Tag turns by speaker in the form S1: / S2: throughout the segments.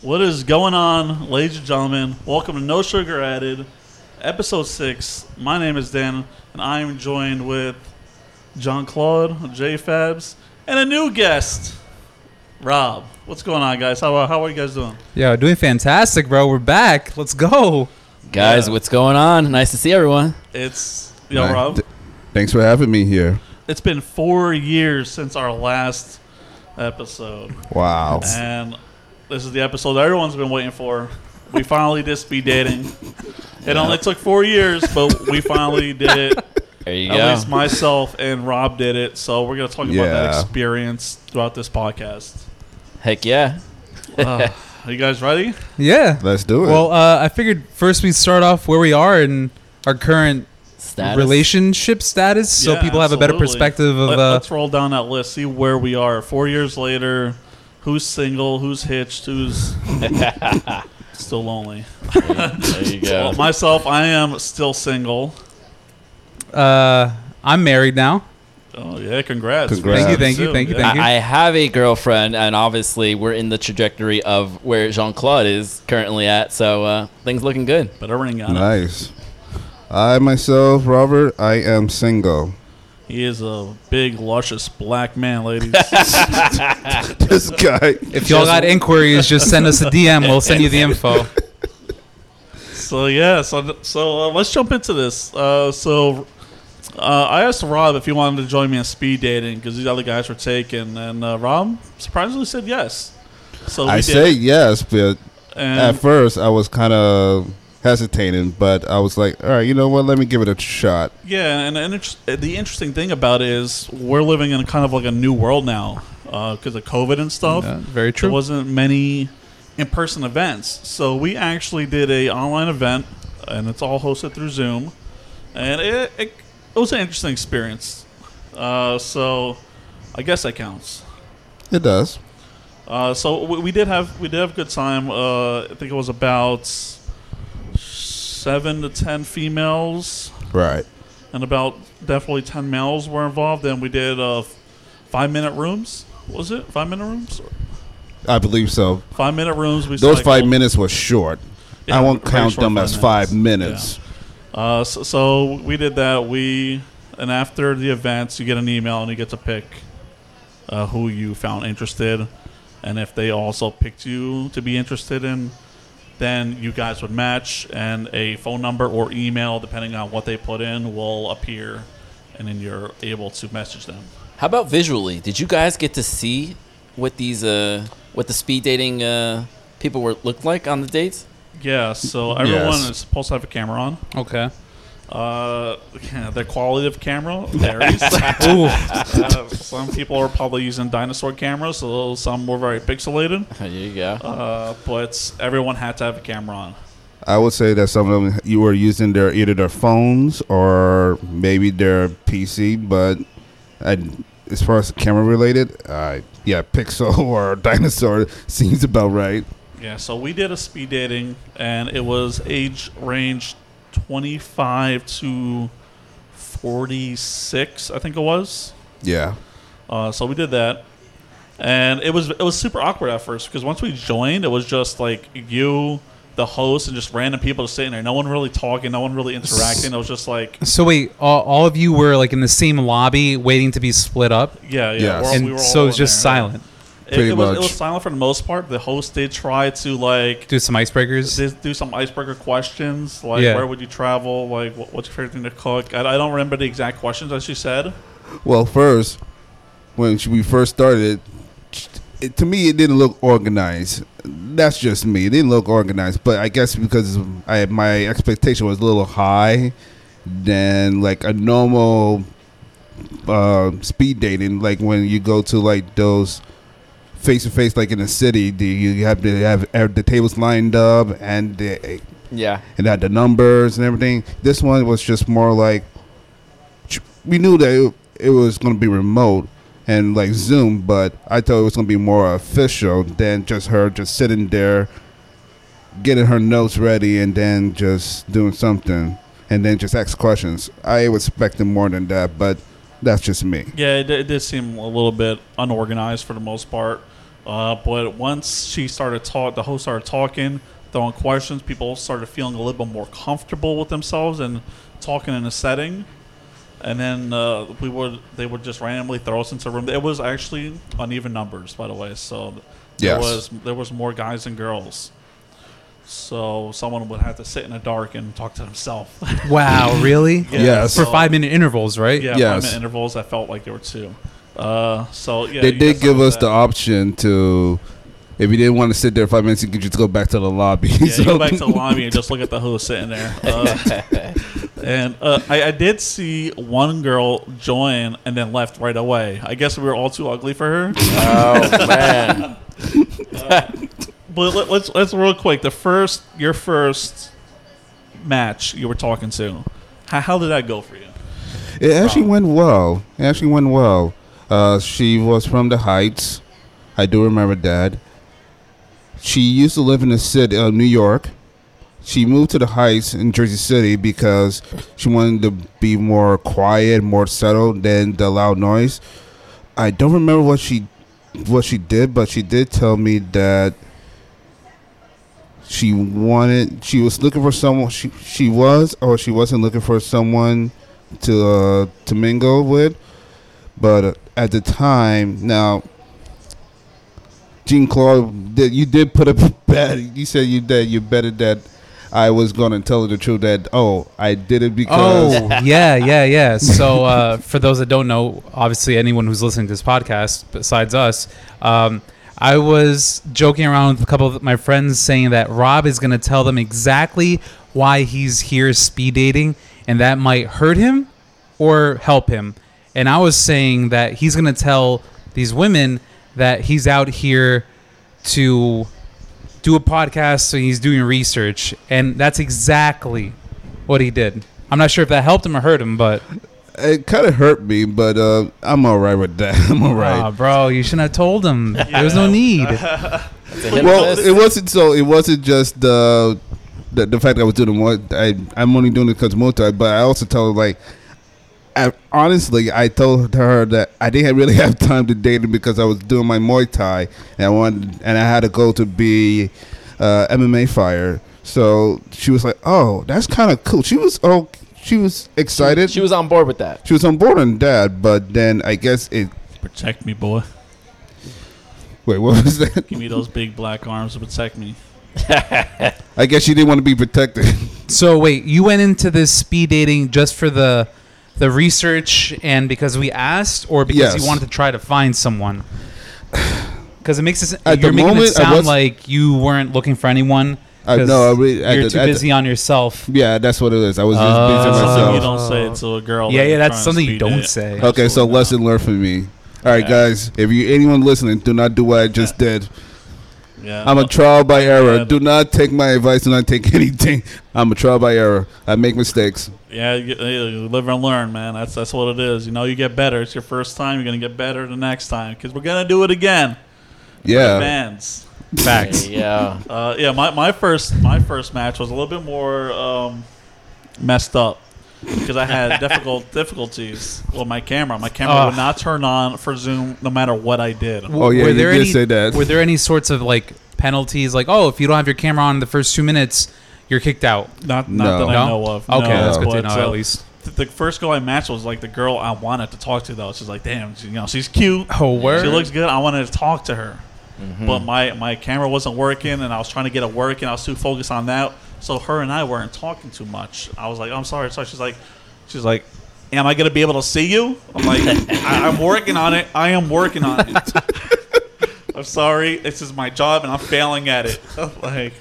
S1: What is going on, ladies and gentlemen? Welcome to No Sugar Added, episode six. My name is Dan, and I am joined with John Claude, J Fabs, and a new guest, Rob. What's going on, guys? How, how are you guys doing?
S2: Yo, doing fantastic, bro. We're back. Let's go.
S3: Guys,
S1: Yeah.
S3: what's going on? Nice to see everyone.
S1: It's yo,
S4: Right.
S1: Rob.
S4: Th- Thanks for having me here.
S1: It's been four years since our last episode,
S4: Wow.
S1: and this is the episode that everyone's been waiting for. We finally did speed dating. It only took four years, but we finally did it.
S3: There you
S1: At
S3: go.
S1: least myself and Rob did it, so we're gonna talk about that
S4: Yeah.
S1: experience throughout this podcast.
S3: Heck yeah.
S1: Uh, are you guys ready?
S2: Yeah.
S4: Let's do it.
S2: Well, uh, I figured first we start off where we are and our current
S3: Status.
S2: relationship status, so
S1: Yeah,
S2: people have a better
S1: absolutely.
S2: perspective of.
S1: Let,
S2: uh,
S1: let's roll down that list, see where we are four years later. Who's single? Who's hitched? Who's still lonely?
S3: There you
S1: Well,
S3: go.
S1: myself, I am still single.
S2: uh, I'm married now.
S1: Oh yeah, congrats!
S4: Congrats. Thank you,
S2: thank you, thank you,
S1: Yeah.
S2: thank you.
S3: I, I have a girlfriend, and obviously we're in the trajectory of where Jean Claude is currently at. So uh, things looking good.
S1: Better ring on it.
S4: nice. I myself, Robert, I am single.
S1: He is a big, luscious black man, ladies.
S4: This guy.
S2: If y'all got inquiries, just send us a DM. We'll send you the info.
S1: So yeah, so so uh, let's jump into this. Uh, so uh, I asked Rob if he wanted to join me in speed dating because these other guys were taken, and uh, Rob surprisingly said yes. So we
S4: I
S1: did.
S4: say yes, but at
S1: and
S4: first I was kind of hesitating, but I was like, all right, you know what? Let me give it a shot.
S1: yeah, and, and it's- the interesting thing about it is we're living in kind of like a new world now because of COVID and stuff.
S2: Yeah, very
S1: There
S2: true.
S1: wasn't many in-person events, so we actually did a online event, and it's all hosted through Zoom, and it it, it was an interesting experience. Uh, so, I guess that counts.
S4: It does.
S1: Uh, so we, we did have we did have a good time. Uh, I think it was about seven to ten females
S4: Right.
S1: and about definitely ten males were involved. And we did uh, five minute rooms. Was it five minute rooms?
S4: I believe so.
S1: Five minute rooms. We
S4: Those five
S1: cycled.
S4: minutes were short.
S1: Yeah,
S4: I won't
S1: very
S4: count
S1: short
S4: them
S1: five
S4: as five
S1: minutes.
S4: minutes.
S1: Uh, so, so we did that. We and after the events, you get an email and you get to pick uh, who you found interested, and if they also picked you to be interested in, then you guys would match, and a phone number or email, depending on what they put in, will appear, and then you're able to message them.
S3: How about visually? Did you guys get to see what these uh, what the speed dating uh, people were looked like on the dates?
S1: Yeah. So everyone
S4: Yes.
S1: is supposed to have a camera on.
S2: Okay.
S1: Uh, yeah, the quality of camera varies.
S2: Ooh.
S1: Uh, some people are probably using dinosaur cameras, so some were very pixelated.
S3: There you go.
S1: Uh, but everyone had to have a camera on.
S4: I would say that some of them you were using their either their phones or maybe their PC, but I, as far as camera related, uh, yeah, Pixel or Dinosaur seems about right.
S1: Yeah, so we did a speed dating, and it was age range 25 to 46, I think it was.
S4: Yeah,
S1: Uh, so we did that, and it was it was super awkward at first because once we joined, it was just like you, the host, and just random people just sitting there. No one really talking, no one really interacting. It was just like,
S2: So wait, all, all of you were like in the same lobby, waiting to be split up,
S1: yeah, yeah.
S4: Yes.
S1: we're all-
S2: and
S1: we were
S2: so
S1: all
S2: it's
S1: in
S2: just
S1: there.
S2: silent.
S1: It,
S4: Pretty
S1: it was, it
S4: much.
S1: was silent for the most part. The host did try to like
S2: Do some icebreakers.
S1: do, do some icebreaker questions, like
S2: Yeah.
S1: where would you travel, like what, what's your favorite thing to cook. I, I don't remember the exact questions that she said.
S4: Well, first, when she- we first started, it, to me, it didn't look organized. That's just me. It didn't look organized, but I guess because I my expectation was a little high than like a normal uh, speed dating. Like when you go to like those face to face, like in the city, do you have to have have the tables lined up and the
S3: Yeah.
S4: and had the numbers and everything. This one was just more like we knew that it, it was going to be remote and like Zoom, but I thought it was going to be more official than just her just sitting there getting her notes ready and then just doing something and then just ask questions. I was expecting more than that, but that's just me.
S1: Yeah, it, did- it did seem a little bit unorganized for the most part. Uh, but once she started talk, the host started talking, throwing questions. People started feeling a little bit more comfortable with themselves and talking in a setting. And then uh, we would they would just randomly throw us into a room. It was actually uneven numbers, by the way. So there
S4: Yes.
S1: was there was more guys than girls. So someone would have to sit in the dark and talk to themselves.
S2: Wow, really?
S1: Yeah,
S4: Yes.
S2: For
S1: so-
S2: five minute intervals, right?
S1: Yeah,
S4: Yes.
S1: five minute intervals. I felt like there were two. Uh, so yeah,
S4: they
S1: you guys
S4: did give
S1: know
S4: us
S1: that.
S4: the option to, if you didn't want to sit there five minutes, you could just go back to the lobby.
S1: Yeah, you go back to the lobby and just look at the host sitting there. Uh, and uh, I, I did see one girl join and then left right away. I guess we were all too ugly for her.
S3: Oh man.
S1: But let, let's let's real quick. The first your first match you were talking to, how, how did that go for you?
S4: It actually went well. It actually went well. Uh, she was from the Heights. I do remember that. She used to live in the city, uh, New York. She moved to the Heights in Jersey City because she wanted to be more quiet, more settled than the loud noise. I don't remember what she what she did, but she did tell me that she wanted she was looking for someone she she was or she wasn't looking for someone to uh, to mingle with. But uh, at the time, now Jean Claude, did, you did put a bet. You said you that you betted that I was going to tell her the truth. That oh, I did it because
S2: Oh, yeah, yeah, yeah. So, uh, for those that don't know, obviously anyone who's listening to this podcast besides us, um, I was joking around with a couple of my friends saying that Rob is going to tell them exactly why he's here speed dating, and that might hurt him or help him. And I was saying that he's going to tell these women that he's out here to do a podcast so he's doing research and that's exactly what he did i'm not sure if that helped him or hurt him but
S4: it kind of hurt me, but uh, I'm all right with that. I'm all right.
S2: Aw, bro you shouldn't have told him there was no need
S3: It's a hit or
S4: well,
S3: miss.
S4: it wasn't so. It wasn't just the the, the fact that I was doing more. I I'm only doing it because multi, but I also told her like. I, honestly, I told her that I didn't really have time to date him because I was doing my Muay Thai and I wanted, and I had a goal to be uh, MMA fire. So she was like, "Oh, that's kind of cool." She was oh, she was excited.
S3: She was on board with that.
S4: she was on board on that, but then I guess it.
S1: Protect me, boy.
S4: Wait, what was that?
S1: Give me those big black arms to protect me.
S4: I guess she didn't want to be protected.
S2: so wait you went into this speed dating just for the the research and because we asked or because
S4: Yes.
S2: you wanted to try to find someone because it makes it
S4: At the
S2: you're making
S4: moment,
S2: it
S4: I
S2: sound
S4: was-
S2: like you weren't looking for anyone
S4: I
S2: 'cause
S4: know. I really, at
S2: you're
S4: the-
S2: too
S4: at the-
S2: busy on yourself
S4: Yeah, that's what it is. I was just
S2: Oh.
S4: busy
S1: That's something you
S4: myself.
S1: don't say to a girl.
S2: yeah
S1: that
S2: yeah
S1: you're
S2: that's
S1: trying to
S2: something you
S1: speed
S2: don't
S1: date.
S2: say
S4: Okay, so
S1: Absolutely
S4: lesson learned for me. All right,
S1: Yeah.
S4: guys, if you anyone listening, do not do what I just did.
S1: Yeah.
S4: I'm a trial by error.
S1: Yeah.
S4: Do not take my advice. Do not take anything. I'm a trial by error. I make mistakes.
S1: Yeah, you, you live and learn, man. That's that's what it is. You know, you get better. It's your first time. You're gonna get better the next time because we're gonna do it again.
S4: Yeah,
S1: Fans.
S2: facts
S3: Yeah.
S1: Uh, yeah, my, my first my first match was a little bit more um, messed up because I had difficult difficulties with my camera. My camera
S2: Ugh.
S1: would not turn on for Zoom no matter what I did.
S4: Oh, yeah,
S2: were
S4: you
S2: there
S4: did
S2: any,
S4: say that.
S2: Were there any sorts of like penalties, like oh, if you don't have your camera on in the first two minutes, you're kicked out?
S1: Not not
S4: No.
S1: that
S2: No?
S1: I know of. No,
S2: Okay, that's good to
S1: but,
S2: know
S1: uh,
S2: at least.
S1: th- The first girl I matched was like the girl I wanted to talk to though. She's like, damn, she, you know, she's cute.
S2: Oh, word.
S1: She looks good. I wanted to talk to her, but my my camera wasn't working, and I was trying to get it working. I was too focused on that, so her and I weren't talking too much. I was like, "I'm sorry, sorry." She's like, "She's like, am I gonna be able to see you?" I'm like, I, "I'm working on it. I am working on it." I'm sorry. This is my job, and I'm failing at it. like,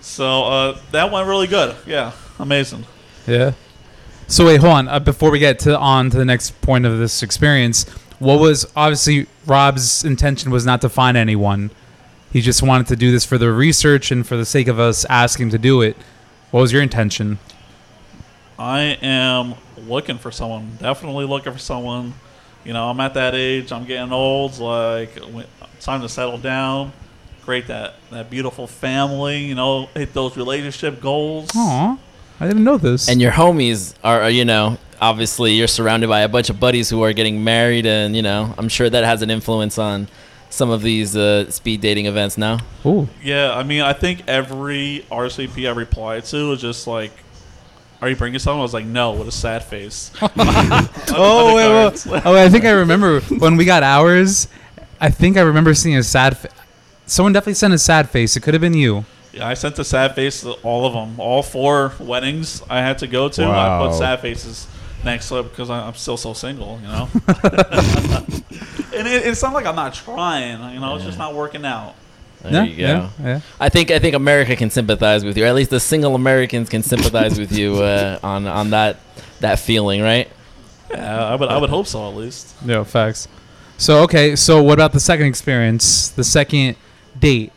S1: so uh, that went really good. Yeah, amazing.
S2: Yeah. So wait, hold on. Uh, before we get to on to the next point of this experience, what was obviously Rob's intention was not to find anyone. He just wanted to do this for the research and for the sake of us asking him to do it. What was your intention?
S1: I am looking for someone. Definitely looking for someone. You know, I'm at that age. I'm getting old. Like, when- time to settle down. Create that that beautiful family. You know, hit those relationship goals.
S2: Aw, I didn't know this.
S3: And your homies are, you know, obviously you're surrounded by a bunch of buddies who are getting married, and you know, I'm sure that has an influence on some of these uh, speed dating events now?
S2: Ooh.
S1: Yeah, I mean, I think every RCP I replied to was just like, "Are you bringing someone?" I was like, "No," with a sad face.
S2: Oh, wait, wait. oh, I think I remember when we got ours. I think I remember seeing a sad. Fa- Someone definitely sent a sad face. It could have been you.
S1: Yeah, I sent a sad face to all of them. All four weddings I had to go to, I
S4: Wow.
S1: put sad faces next to it because I- I'm still so single, you know. and it, it's not like I'm not trying, you know. It's just not working out.
S3: There
S2: Yeah,
S3: you go.
S2: yeah, yeah.
S3: I think I think America can sympathize with you. Or at least the single Americans can sympathize with you uh, on on that that feeling, right?
S1: Yeah, I would, I would hope so at least.
S2: No facts. So okay, so what about the second experience? The second date?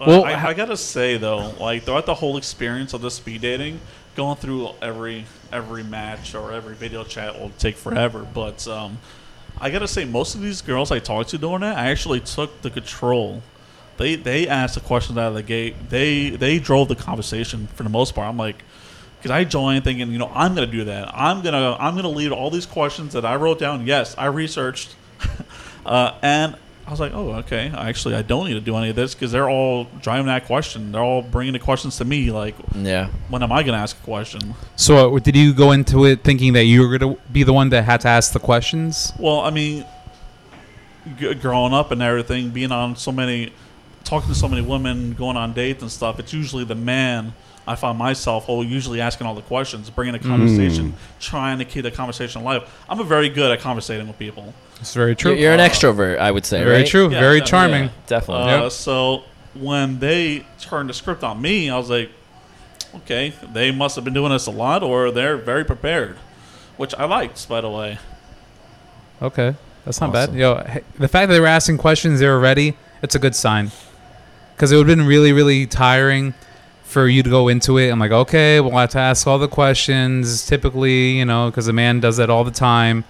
S1: Uh,
S2: Well,
S1: I,
S2: ha-
S1: I gotta say though, like throughout the whole experience of the speed dating, going through every every match or every video chat will take forever. But um, I gotta say, most of these girls I talked to during that, I actually took the control. They they asked the questions out of the gate. They they drove the conversation for the most part. I'm like. Because I joined thinking, you know, I'm gonna do that. I'm gonna, I'm gonna lead all these questions that I wrote down. Yes, I researched, uh, and I was like, oh, okay. Actually, I don't need to do any of this because they're all driving that question. They're all bringing the questions to me. Like,
S3: Yeah.
S1: when am I going to ask a question?
S2: So uh, did you go into it thinking that you were gonna be the one that had to ask the questions?
S1: Well, I mean, g- growing up and everything, being on so many, talking to so many women, going on dates and stuff, it's usually the man I find myself, oh, usually asking all the questions, bringing a
S2: Hmm.
S1: conversation, trying to keep the conversation alive. I'm very good at conversating with people.
S2: It's very true.
S3: You're, you're an extrovert, I would say.
S2: very
S3: right?
S2: true.
S1: Yeah,
S2: very
S1: definitely,
S2: charming.
S1: yeah.
S3: Definitely.
S1: Uh,
S2: Yep.
S1: So when they turned the script on me, I was like, okay, they must have been doing this a lot, or they're very prepared, which I liked, by the way.
S2: Okay, that's not
S3: Awesome.
S2: bad. Yo, hey, the fact that they were asking questions, they were ready. It's a good sign, because it would have been really, really tiring for you to go into it. I'm like, okay, we'll have to ask all the questions. Typically, you know, because a man does that all the time.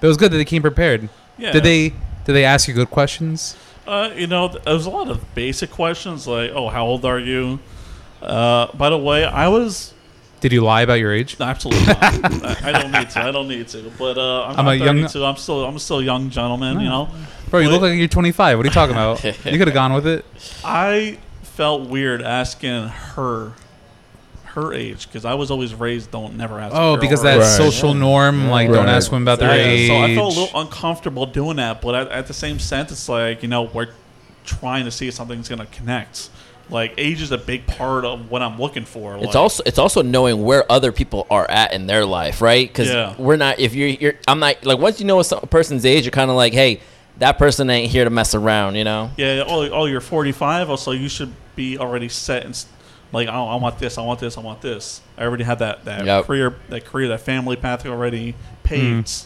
S2: But it was good that they came prepared.
S1: Yeah.
S2: Did they? Did they ask you good questions?
S1: Uh, you know, th- there was a lot of basic questions like, oh, how old are you? Uh, by the way, I was
S2: Did you lie about your age?
S1: absolutely. Not. I, I don't need to. I don't need to. But uh, I'm,
S2: I'm
S1: not
S2: a young-
S1: 32. I'm still. I'm still a young gentleman. You know,
S2: Bro, you
S1: What?
S2: look like you're 25. What are you talking about? you could have gone with it.
S1: I felt weird asking her her age because I was always raised don't never ask. a
S2: Oh,
S1: girl
S2: because
S1: her
S2: that
S4: Right.
S2: social norm, like, don't
S4: Right.
S2: ask women about their
S1: Yeah,
S2: age.
S1: So I felt a little uncomfortable doing that, but at, at the same sense, it's like you know we're trying to see if something's gonna connect. Like age is a big part of what I'm looking for.
S3: It's
S1: like-
S3: also it's also knowing where other people are at in their life, right? Because
S1: Yeah.
S3: we're not if you're you're I'm not like once you know a so- a person's age, you're kind of like, hey, that person ain't here to mess around, you know?
S1: yeah. Oh, oh, you're 45. Also, you should be already set and s- like oh, I want this, I want this, I want this. I already had that that
S3: Yep.
S1: career, that career, that family path already paved.
S3: Mm.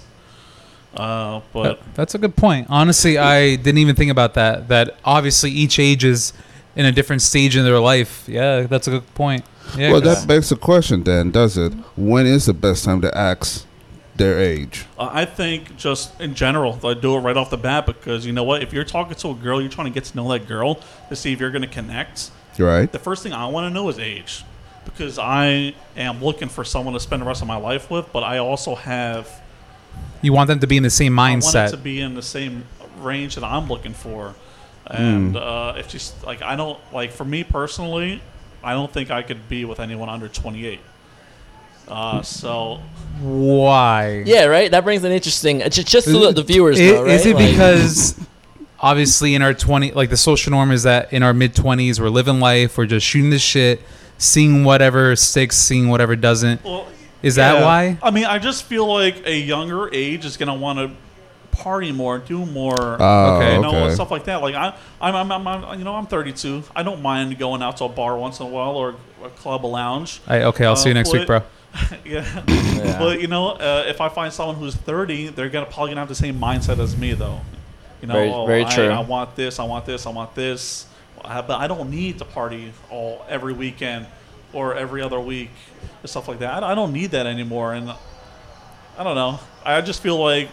S1: Uh, but
S2: That- that's a good point. Honestly, I didn't even think about that. That obviously each age is in a different stage in their life. Yeah, that's a good point. Yeah,
S4: well,
S2: 'cause-
S4: that begs the question then, does it? When is the best time to ask their age?
S1: Uh, I think just in general, like do it right off the bat because you know what? If you're talking to a girl, you're trying to get to know that girl to see if you're going to connect.
S4: Right?
S1: The first thing I want to know is age because I am looking for someone to spend the rest of my life with, but I also have
S2: you want them to be in the same
S1: I want it to
S2: mindset.
S1: be in the same range that I'm looking for. And uh, if she's like, I don't like for me personally, I don't think I could be with anyone under 28. Uh, so
S2: Why?
S3: Yeah, right. That brings an interesting uh, ju- just to let the viewers
S2: Is,
S3: know, right?
S2: is it
S3: Like-
S2: because obviously in our 20 like the social norm is that in our mid 20s we're living life, we're just shooting the shit, seeing whatever sticks, seeing whatever doesn't.
S1: Well,
S2: Is that why?
S1: I mean, I just feel like a younger age is gonna want to party more, do more,
S4: Oh,
S2: Okay.
S1: you
S4: okay.
S1: know, and stuff like that. Like I, I'm, I'm, I'm, I'm, you know, I'm 32. I don't mind going out to a bar once in a while or a club, a lounge.
S2: I, okay, I'll see
S1: Uh,
S2: you next week, bro.
S1: what- yeah. but you know, uh, if I find someone who's 30, they're gonna probably gonna have the same mindset as me, though. You know,
S3: Very-
S1: oh,
S3: very
S1: I,
S3: true.
S1: I want this, I want this, I want this, I, but I don't need to party all every weekend or every other week and stuff like that. I, I don't need that anymore, and I don't know. I just feel like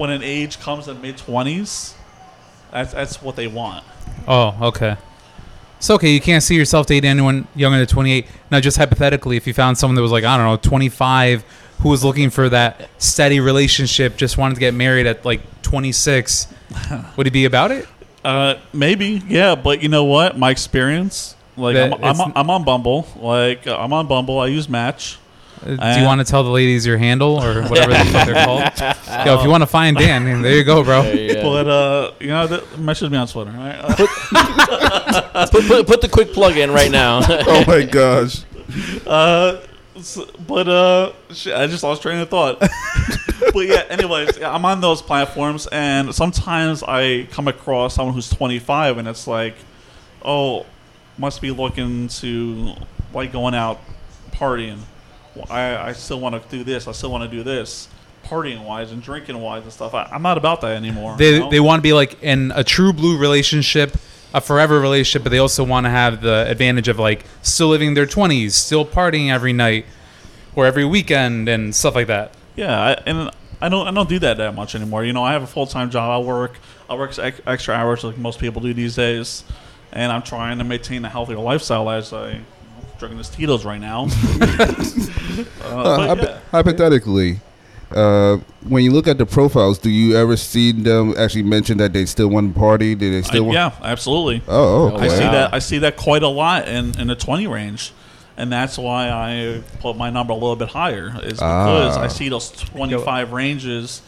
S1: when an age comes in mid 20s, that's that's what they want.
S2: Oh, okay. It's okay. You can't see yourself dating anyone younger than 28. Now, just hypothetically, if you found someone that was like, I don't know, 25 who was looking for that steady relationship, just wanted to get married at like 26, would he be about it?
S1: Uh, maybe, yeah, but you know what? My experience, like
S2: That
S1: I'm, I'm,
S2: it's-
S1: on- I'm on Bumble, like uh, I'm on Bumble. I use Match.
S2: Uh, Do
S1: Uh,
S2: you want to tell the ladies your handle or whatever the fuck they're called? Yo, if you want to find Dan, there you go, bro.
S3: Yeah.
S1: But uh, you know, th- message me on Twitter. all right?
S3: put, put, put the quick plug in right now.
S4: Oh my gosh.
S1: Uh, s but uh, shit, I just lost train of thought. but yeah, anyways, yeah, I'm on those platforms, and sometimes I come across someone who's 25, and it's like, oh, must be looking to like going out partying. Well, I, I still want to do this. I still want to do this. Partying wise and drinking wise and stuff. I, I'm not about that anymore. you
S2: They,
S1: know?
S2: they want to be like in a true blue relationship, a forever relationship, but they also want to have the advantage of like still living their 20s, still partying every night or every weekend and stuff like that.
S1: Yeah, I, and I don't I don't do that that much anymore. You know, I have a full time job. I work I work ex- extra hours like most people do these days, and I'm trying to maintain a healthier lifestyle as I am drinking this Tito's right now. uh,
S4: Uh,
S1: but
S4: hypo-
S1: yeah,
S4: Hypothetically, uh, when you look at the profiles, do you ever see them actually mention that they still want to party? Do they
S1: I-
S4: still want?
S1: yeah, absolutely.
S4: Oh, oh,
S1: I see
S3: wow.
S1: that I see that quite a lot in in the 20 range. And that's why I put my number a little bit higher, is because
S4: Ah.
S1: I see those 25 ranges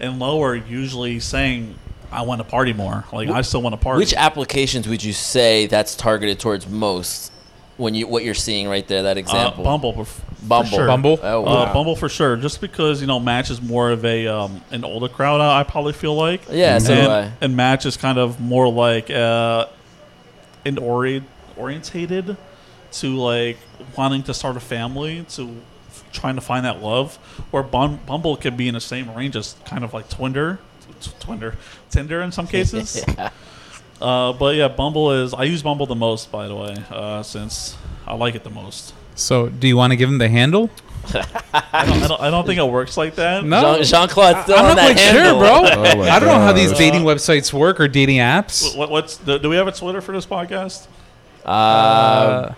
S1: and lower usually saying, I want to party more. Like, I still want to party.
S3: Which applications would you say that's targeted towards most? When you what you're seeing right there, that example.
S1: Uh, Bumble, for, f- for
S3: Bumble.
S1: sure.
S2: Bumble?
S3: Oh, wow.
S1: Uh, Bumble for sure. Just because you know Match is more of a um, an older crowd. I I probably feel like.
S3: Yeah, so do
S1: and,
S3: I.
S1: and Match is kind of more like uh, an ori- orientated to like wanting to start a family to f- trying to find that love. Where Bum- Bumble could be in the same range as kind of like Twinder, t- Twinder, Tinder in some cases. Uh, but yeah, Bumble is. I use Bumble the most, by the way, uh, since I like it the most.
S2: So, do you want to give him the handle?
S1: I don't, I don't, I don't think it works like that.
S2: No.
S3: Jean Claude still
S2: I'm not
S3: on that
S2: quite
S3: handle. Oh
S2: sure, bro.
S4: my
S2: I don't know how these
S4: gosh.
S2: dating websites work or dating apps.
S1: What, what's the, do we have a Twitter for this podcast?
S3: Uh,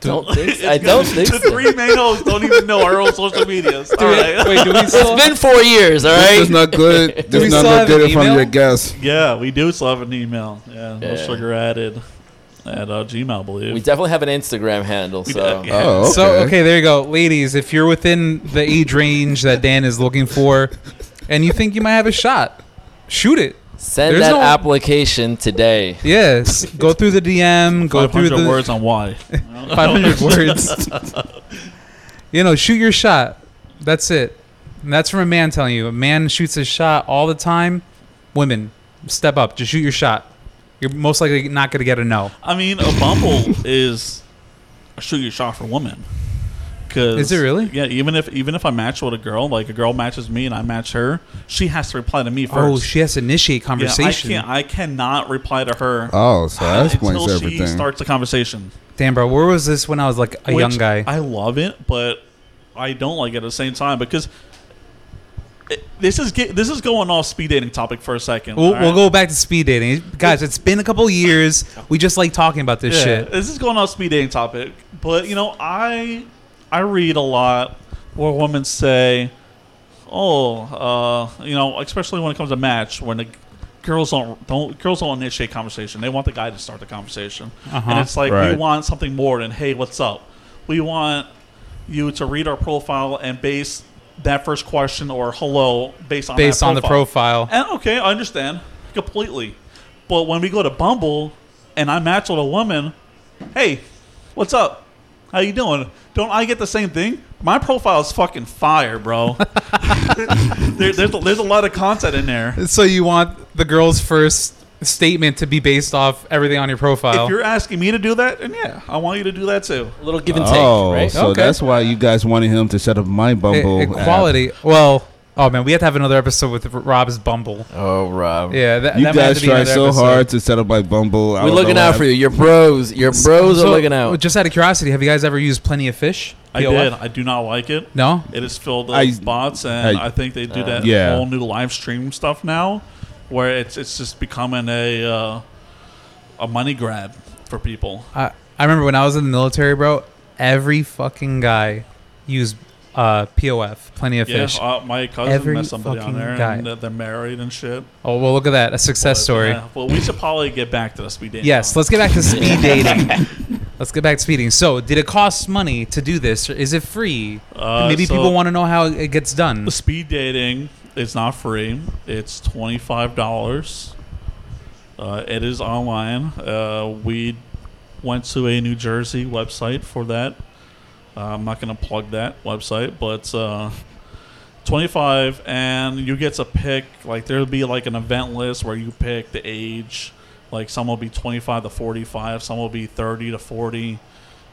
S3: don't think so. I don't think
S1: the
S3: so.
S1: three main hosts don't even know our own social medias. All right.
S2: Wait, do we still?
S3: It's been four years, all
S4: This
S3: right.
S4: is not good. This
S2: we
S4: is not
S2: still
S4: look
S2: have
S4: good
S2: an
S4: in front of
S2: email?
S4: your guests.
S1: yeah, we do still have an email. Yeah, no
S3: Yeah.
S1: sugar added at uh, Gmail, I believe.
S3: we definitely have an Instagram handle,
S1: We-
S3: so
S1: yeah.
S4: Oh, okay.
S2: So okay, there you go, ladies. If you're within the age range that Dan is looking for, and you think you might have a shot, shoot it.
S3: send
S2: There's
S3: that
S2: no-
S3: application today.
S2: Yes, go through the DM, go through
S1: 500
S2: the
S1: words on why.
S2: 500
S1: Oh,
S2: words. you know, shoot your shot. That's it. And that's from a man telling you. A man shoots his shot all the time. Women, step up. Just shoot your shot. You're most likely not going to get a no.
S1: I mean, a Bumble is a shoot your shot for women. Cause,
S2: Is it really?
S1: Yeah, even if even if I match with a girl, like a girl matches me and I match her, she has to reply to me first.
S2: Oh, she has to initiate
S1: yeah, I
S2: conversation.
S1: can't. I cannot reply to her
S4: Oh, so that explains
S1: until she
S4: everything.
S1: starts the conversation.
S2: Damn, bro, where was this when I was like a
S1: Which
S2: young guy?
S1: I love it, but I don't like it at the same time because it, this is get, this is going off speed dating topic for a second.
S2: We'll,
S1: all
S2: we'll
S1: right?
S2: go back to speed dating, guys. It's been a couple years. We just like talking about this
S1: Yeah,
S2: shit.
S1: This is going off speed dating topic, but you know, I I read a lot where women say, "Oh, uh, you know," especially when it comes to match when the g- girls don't don't girls don't initiate conversation. They want the guy to start the conversation, and
S2: Uh-huh.
S1: it's like we
S4: Right.
S1: want something more than "Hey, what's up?" We want you to read our profile and base that first question or hello based on
S2: Based
S1: that
S2: on the profile,
S1: and okay, I understand completely. But when we go to Bumble and I match with a woman, hey, what's up? How you doing? Don't I get the same thing? My profile is fucking fire, bro. there, there's, a, there's a lot of content in there.
S2: so you want the girl's first statement to be based off everything on your profile.
S1: If you're asking me to do that, then yeah, I want you to do that too.
S3: A little give and take,
S4: Oh,
S3: right?
S4: so
S2: Okay.
S4: that's why you guys wanted him to set up my
S2: E-
S4: Bumble app.
S2: equality. Well, oh man, we have to have another episode with R- Rob's Bumble.
S3: Oh, Rob.
S2: Yeah, that,
S4: You
S2: that might have
S4: guys
S2: to be
S4: tried
S2: another
S4: so
S2: episode.
S4: hard to set up my Bumble. I
S3: We're
S4: don't
S3: looking
S4: know
S3: out
S4: why-
S3: for you. Your bros, your bros are looking out.
S2: Just out of curiosity, have you guys ever used Plenty of Fish?
S1: I
S2: POF?
S1: did. I do not like it.
S2: No.
S1: It is filled with
S4: I-
S1: bots, and I,
S4: I-
S1: think they do that
S4: yeah.
S1: whole new live stream stuff now, where it's it's just becoming a uh, a money grab for people.
S2: I, I remember when I was in the military, bro. Every fucking guy used uh, POF, Plenty of
S1: Yeah,
S2: Fish.
S1: uh, my cousin
S2: Every
S1: met somebody on
S2: fucking
S1: there,
S2: guy.
S1: and uh, they're married and shit.
S2: Oh well, look at that, a success
S1: But,
S2: story.
S1: yeah, well, we should probably get back to the speed dating.
S2: Yes, let's get back to speed dating. Let's get back to speeding. So, did it cost money to do this? Or is it free?
S1: Uh,
S2: Maybe
S1: so-
S2: people want to know how it gets done.
S1: The speed dating is not free. It's twenty five dollars. Uh, it is online. Uh, we went to a New Jersey website for that. Uh, I'm not gonna plug that website, but uh, twenty five, and you get to pick. Like there'll be like an event list where you pick the age. Like some will be twenty five to forty five, some will be thirty to forty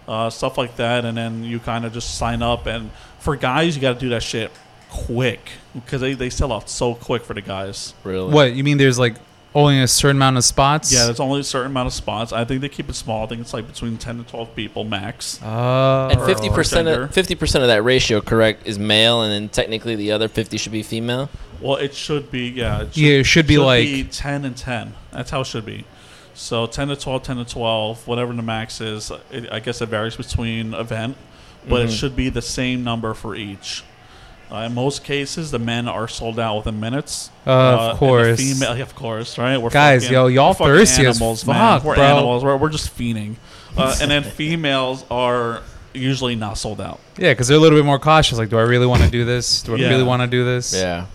S1: uh, stuff like that, and then you kind of just sign up. And for guys, you got to do that shit quick because they, they sell out so quick for the guys.
S3: Really?
S2: What you mean? There's like only a certain amount of spots.
S1: Yeah, there's only a certain amount of spots. I think they keep it small. I think it's like between ten to twelve people max.
S2: Oh.
S3: And fifty percent
S1: gender.
S3: of fifty percent of that ratio, correct, is male, and then technically the other fifty should be female.
S1: Well, it should be yeah. It
S2: Yeah, it should be like-
S1: ten and ten. That's how it should be. So ten to 12, 10 to twelve, whatever the max is. It, I guess it varies between event, but it should be the same number for each. Uh, in most cases, the men are sold out within minutes. Uh,
S2: Of
S1: and the
S2: course.
S1: female, of course, right? We're
S2: Guys,
S1: fucking-
S2: yo, y'all
S1: we're fucking
S2: thirsty as
S1: animals,
S2: fuck,
S1: man. We're
S2: bro.
S1: animals. We're, we're just fiending. Uh, and then females are usually not sold out.
S2: Yeah, because they're a little bit more cautious. Like, do I really want to do this? Do I
S1: Yeah.
S2: really want to do this?
S3: Yeah.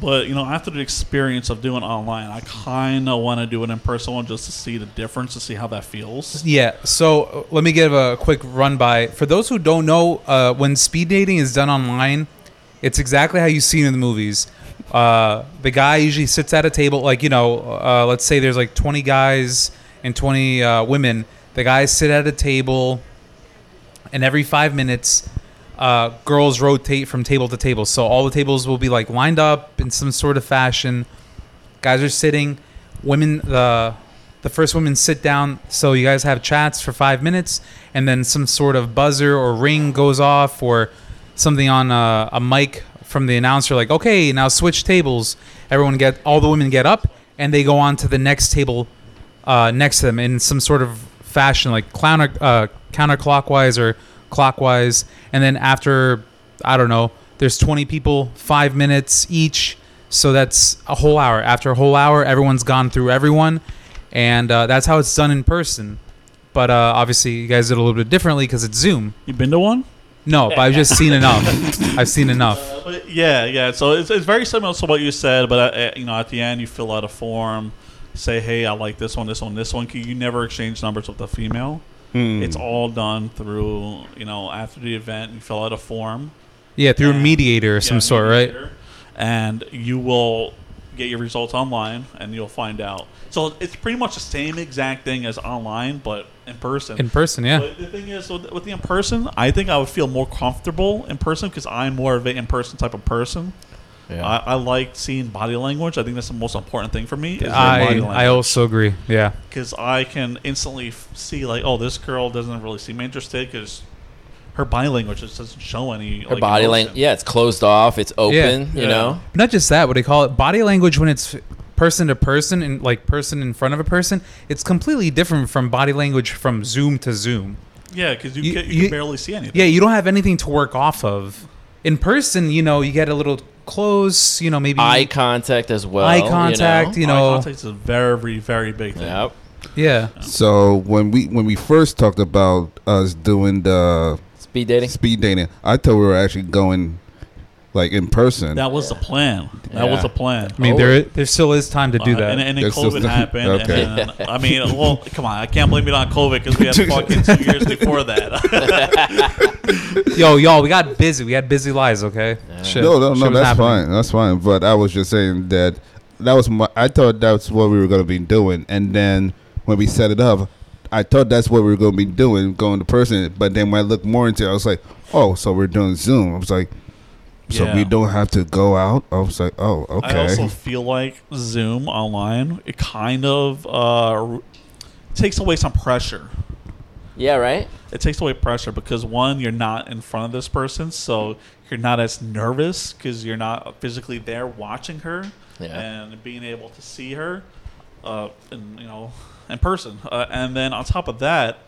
S1: But you know, after the experience of doing online, I kind of want to do it in person one just to see the difference, to see how that feels.
S2: Yeah. So uh, let me give a quick run by. For those who don't know, uh, when speed dating is done online, it's exactly how you see it in the movies. Uh, the guy usually sits at a table, like you know, uh, let's say there's like 20 guys and 20 uh, women. The guys sit at a table, and every five minutes, uh, girls rotate from table to table. So all the tables will be like lined up in some sort of fashion. Guys are sitting. Women, the the first women sit down. So you guys have chats for five minutes, and then some sort of buzzer or ring goes off, or something on a, a mic from the announcer, like, "Okay, now switch tables." Everyone get all the women get up, and they go on to the next table uh, next to them in some sort of fashion, like counter uh, counterclockwise or clockwise. And then after, I don't know, there's 20 people, five minutes each. So that's a whole hour. After a whole hour, everyone's gone through everyone, and uh, that's how it's done in person. But uh, obviously, you guys did a little bit differently because it's Zoom.
S1: You been to one?
S2: No, but I've just seen enough. I've seen enough.
S1: But yeah, yeah. So it's, it's very similar to what you said, but uh, uh, you know, at the end you fill out a form, say, "Hey, I like this one, this one, this one." 'cause You never exchange numbers with the female. It's all done through you know after the event. You fill out a form.
S2: Yeah, through a
S1: Yeah.
S2: mediator of some
S1: yeah,
S2: sort,
S1: maybe
S2: right?
S1: later, And you will get your results online, and you'll find out. So it's pretty much the same exact thing as online, but in person.
S2: In person, yeah.
S1: But the thing is, with, with the in person, I think I would feel more comfortable in person because I'm more of an in person type of person. I, I like seeing body language. I think that's the most important thing for me. Is their
S2: I
S1: body
S2: I also agree. Yeah.
S1: because I can instantly f- see like, oh, this girl doesn't really seem interested because her body language just doesn't show any
S3: Her body language. Yeah, it's closed off. It's open.
S1: Yeah.
S3: You know.
S2: But not just that, what they call it body language when it's person to person and like person in front of a person, it's completely different from body language from Zoom to Zoom.
S1: Yeah, because you,
S2: You-
S1: can, you,
S2: you-
S1: can barely see anything.
S2: Yeah, you don't have anything to work off of. In person, you know, you get a little close, you know, maybe
S3: Eye contact as well.
S2: Mm-hmm. eye
S3: you know?
S2: contact, you
S1: Eye
S2: know.
S1: contact is a very, very big thing.
S3: Yep.
S2: Yeah.
S4: So when we when we first talked about us doing the
S3: Speed dating.
S4: speed dating, I thought we were actually going like in person.
S1: That was the plan. That
S3: Yeah.
S1: was the plan.
S2: I mean,
S3: Oh.
S2: there there still is time to do
S1: Uh,
S2: that.
S1: And, and then
S4: That's
S1: COVID
S4: just-
S1: happened.
S4: okay.
S1: And then, I mean, well, come on. I can't blame it on COVID because we had fucking two years before that.
S2: Yo, y'all, we got busy. We had busy lives, okay? Shit.
S4: no, no,
S2: Shit
S4: no.
S2: was
S4: That's
S2: happening.
S4: fine. That's fine. But I was just saying that that was my. I thought that's what we were going to be doing, and then when we set it up, I thought that's what we were going to be doing, going to person. But then when I looked more into it, I was like, oh, so we're doing Zoom. I was like, so
S1: Yeah.
S4: we don't have to go out. I was like, oh,
S1: I also
S4: okay.
S1: feel like Zoom online, it kind of uh, takes away some pressure.
S3: Yeah. Right.
S1: It takes away pressure because one, you're not in front of this person, so you're not as nervous because you're not physically there watching her
S3: Yeah.
S1: and being able to see her, uh, in, you know, in person. Uh, and then on top of that,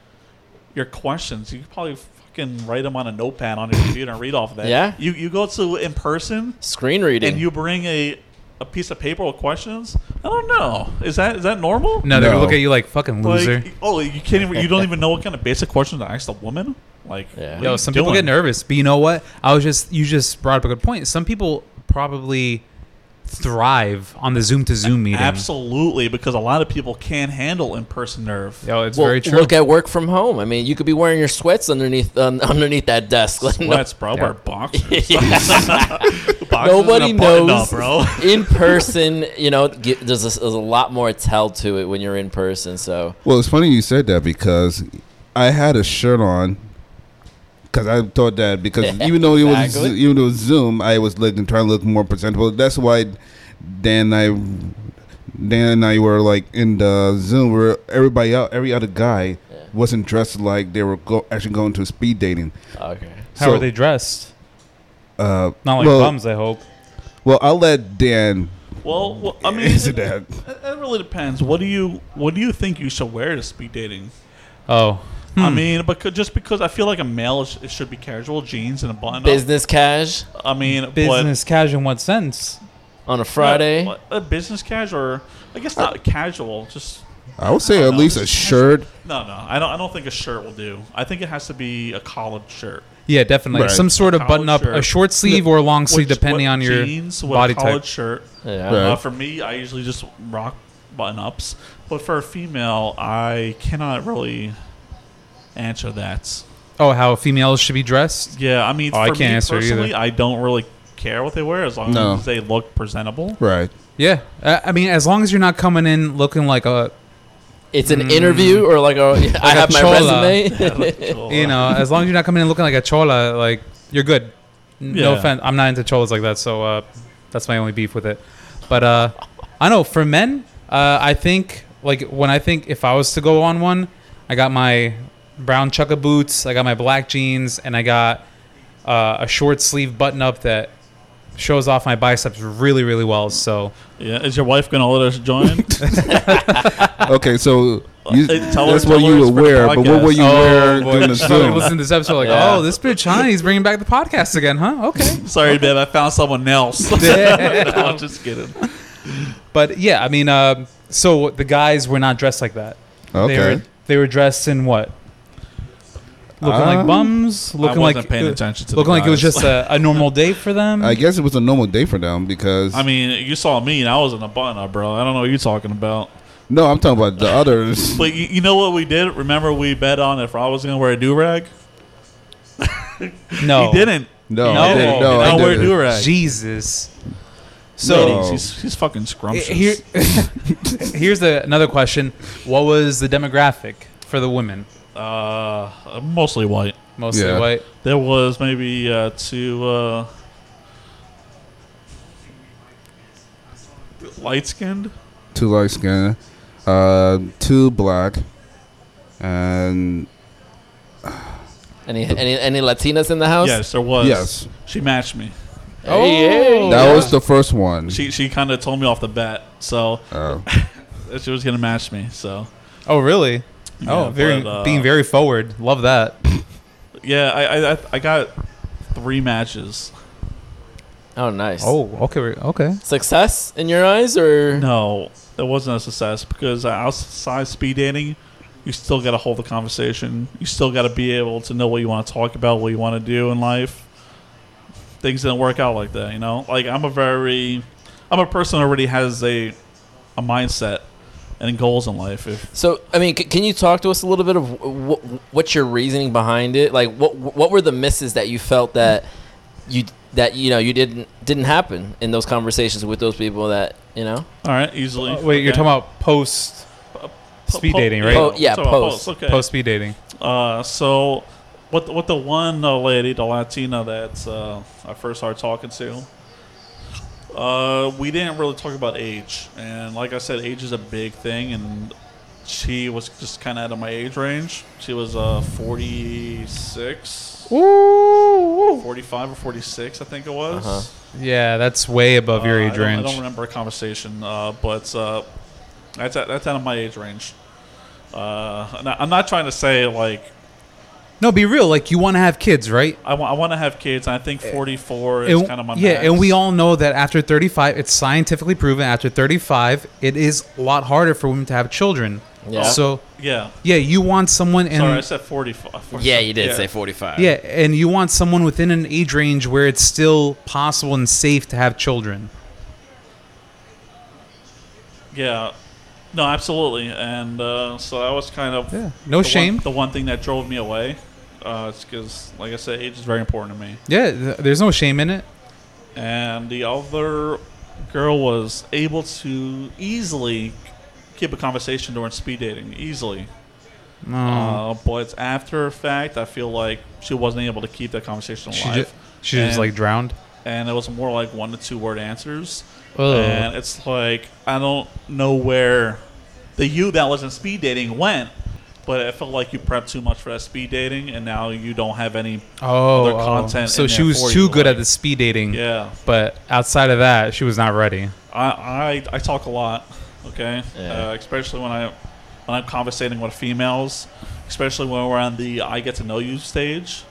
S1: your questions. You could probably fucking write them on a notepad on your computer and read off of that.
S3: Yeah.
S1: You you go to in person
S3: Screen reading.
S1: and you bring a a piece of paper with questions. I don't know. Is that is that normal?
S2: No, they're gonna
S4: No.
S2: look at you like fucking loser.
S1: Like, oh, you can't even. You don't even know what kind of basic questions to ask the woman. Like,
S3: Yeah.
S1: what are
S2: Yo,
S1: you
S2: some people
S1: doing?
S2: get nervous, but you know what? I was just you just brought up a good point. Some people probably thrive on the Zoom to Zoom meeting.
S1: Absolutely, because a lot of people can't handle in-person nerve.
S2: Yo, it's
S3: Well,
S2: very true.
S3: Look at work from home. I mean, you could be wearing your sweats underneath um, underneath that desk. Like, no-
S1: Sweats, bro. We're boxers. Boxers and
S3: nobody
S1: a button
S3: knows.
S1: up, bro.
S3: in person, you know, get, there's, a, there's a lot more tell to it when you're in person. So
S4: Well, it's funny you said that because I had a shirt on because I thought that because even though it was
S3: Exactly.
S4: even though it was Zoom, I was looking trying to look more presentable. That's why Dan and I, Dan and I were like in the Zoom where everybody out, every other guy wasn't dressed like they were go, actually going to speed dating.
S3: okay,
S2: How
S4: So,
S2: are they dressed?
S4: Uh,
S2: Not like
S4: well,
S2: bums, I hope.
S4: Well, I'll let Dan
S1: Well, well, I mean,
S4: answer
S1: it,
S4: that.
S1: it- it really depends. What do you What do you think you should wear to speed dating?
S2: Oh,
S1: I mean, because just because I feel like a male is, it should be casual jeans and a button. up.
S3: business cash
S1: I mean,
S2: business casual in what sense?
S3: on a
S1: But,
S3: Friday.
S1: What, a business casual? Or, I guess
S2: Uh,
S1: not casual. Just
S4: I would say
S1: I
S4: at
S1: don't
S4: least
S1: know.
S4: a shirt.
S1: No, no, I don't. I don't think a shirt will do. I think it has to be a collared shirt.
S2: Yeah, definitely
S4: Right.
S2: some sort of
S1: Collared
S2: button up, a
S1: shirt.
S2: short sleeve or a long sleeve,
S1: Which-
S2: depending
S1: what
S2: on your
S1: jeans, what
S2: body
S1: collared
S2: type.
S1: shirt.
S3: yeah.
S4: Right.
S1: Uh, for me, I usually just rock button ups, but for a female, I cannot really answer that.
S2: Oh, how females should be dressed?
S1: Yeah, I mean,
S2: Oh,
S1: for
S2: I can't
S1: me
S2: answer either.
S1: personally, I don't really care what they wear as long
S4: No.
S1: as they look presentable.
S4: Right.
S2: Yeah, I, I mean, as long as you're not coming in looking like a,
S3: It's
S1: Mm.
S3: an interview or like a. I
S2: a
S3: have my
S2: chola.
S3: resume.
S2: you know, as long as you're not coming in looking like a chola, like you're good. N- No
S1: Yeah.
S2: offense, I'm not into cholas like that, so uh, that's my only beef with it. But uh, I know for men, uh, I think like when I think if I was to go on one, I got my brown chukka boots, I got my black jeans, and I got uh, a short sleeve button up that shows off my biceps really, really well. So
S1: uh, Yeah, is your wife gonna let us join?
S4: Okay, so you,
S1: Hey, tell her-
S4: that's what
S1: tell her
S4: you
S1: it's
S4: were
S1: for the
S4: wear, but what
S1: podcast.
S4: were you wear
S2: boy,
S4: during the
S2: she's probably
S4: Zoom?
S2: listening to this episode, like,
S3: Yeah.
S2: oh, this bitch Johnny is bringing back the podcast again, huh? Okay.
S1: Sorry, babe, I found someone else. no, I'm just kidding.
S2: But yeah, I mean, uh, so the guys were not dressed like that. They
S4: Okay.
S2: were, they were dressed in what? Looking like
S4: Um,
S2: bums. Looking
S1: I wasn't
S2: like
S1: paying
S2: uh,
S1: attention to. the
S2: looking like it was
S1: guys.
S2: just a, a normal day for them.
S4: I guess it was a normal day for them because
S1: I mean, you saw me and I was in a button up, bro. I don't know what you're talking about.
S4: no, I'm talking about the others.
S1: But you, you know what we did? Remember we bet on if I was gonna wear a do rag.
S2: no, Oh.
S1: He didn't.
S4: No,
S1: he
S2: I
S1: didn't.
S2: didn't.
S1: He
S2: No,
S1: did
S2: I
S1: not wear
S4: didn't.
S1: do rag.
S2: Jesus.
S4: No.
S2: So
S1: Ladies, he's, he's fucking
S2: eh,
S1: scrumptious.
S2: here, here's the, another question: What was the demographic for the women?
S1: uh, mostly white.
S2: Mostly
S4: Yeah.
S2: white.
S1: There was maybe uh, two uh, light skinned.
S4: Two light skin, uh, two black, and
S3: any, any any Latinas in the house?
S1: Yes, there was.
S4: yes,
S1: she matched me.
S3: Oh, yeah.
S4: that was the first one.
S1: She she kind of told me off the bat, so
S4: Oh.
S1: that she was gonna match me. So
S2: Oh, really?
S1: Yeah,
S2: oh, very
S1: but, uh,
S2: being very forward. Love that.
S1: yeah, I I- I, I got three matches.
S3: Oh, nice.
S2: Oh, okay, we're- okay.
S3: Success in your eyes or
S1: No, that wasn't a success because outside speed dating, you still got to hold the conversation. You still got to be able to know what you want to talk about, what you want to do in life. Things didn't work out like that, you know. Like I'm a very, I'm a person who already has a, a mindset, and goals in life. If
S3: So, I mean, c- can you talk to us a little bit of wh- wh- what's your reasoning behind it? Like, what what were the misses that you felt that you that you know you didn't didn't happen in those conversations with those people that you know?
S1: all right, easily.
S2: Uh, wait, you're talking about post speed dating, right?
S3: Po- yeah,
S1: So, uh,
S3: post.
S1: Okay.
S2: post speed dating.
S1: Uh, so, what what the one uh, lady, the Latina that uh, I first started talking to, uh, we didn't really talk about age, and like I said, age is a big thing, and she was just kind of out of my age range. She was uh, 46, 45 or 46, I think it was.
S3: Uh-huh.
S2: Yeah, that's way above your
S1: Uh,
S2: age
S1: I don't- I
S2: range.
S1: don't remember a conversation, uh, but uh, that's that's out of my age range. Uh, and I- I'm not trying to say like
S2: No, be real. Like you want to have kids, right?
S1: I want to have kids. And I think 44 is
S2: Eh, And-
S1: kind of my
S2: yeah,
S1: max.
S2: and we all know that after 35, it's scientifically proven. After 35, it is a lot harder for women to have children.
S3: Yeah.
S2: So
S1: Yeah.
S2: yeah, you want someone in.
S1: Sorry, I said uh, 45.
S3: Yeah, you did say 45.
S2: Yeah, and you want someone within an age range where it's still possible and safe to have children.
S1: Yeah. No, absolutely. And uh, so that was kind of
S2: Yeah, no
S1: the
S2: shame.
S1: One, the one thing that drove me away. Uh, it's because, like I said, age is very important to me.
S2: Yeah, th- there's no shame in it.
S1: And the other girl was able to easily keep a conversation during speed dating, easily.
S2: No.
S3: Mm-hmm.
S1: Uh, but after a fact, I feel like she wasn't able to keep that conversation
S2: she
S1: alive.
S2: just she just
S1: And-
S2: like drowned.
S1: and it was more like one to two word answers.
S2: Ugh.
S1: And it's like I don't know where the you that was in speed dating went, but it felt like you prepped too much for that speed dating, and now you don't have any.
S2: Oh,
S1: other
S2: oh.
S1: content
S2: so
S1: in
S2: she
S1: there
S2: was
S1: for
S2: too
S1: you,
S2: good
S1: like-
S2: at the speed dating.
S1: Yeah,
S2: But outside of that, she was not ready.
S1: I I, I talk a lot, okay,
S3: Yeah.
S1: uh, especially when I when I'm conversating with females, especially when we're on the I get to know you stage.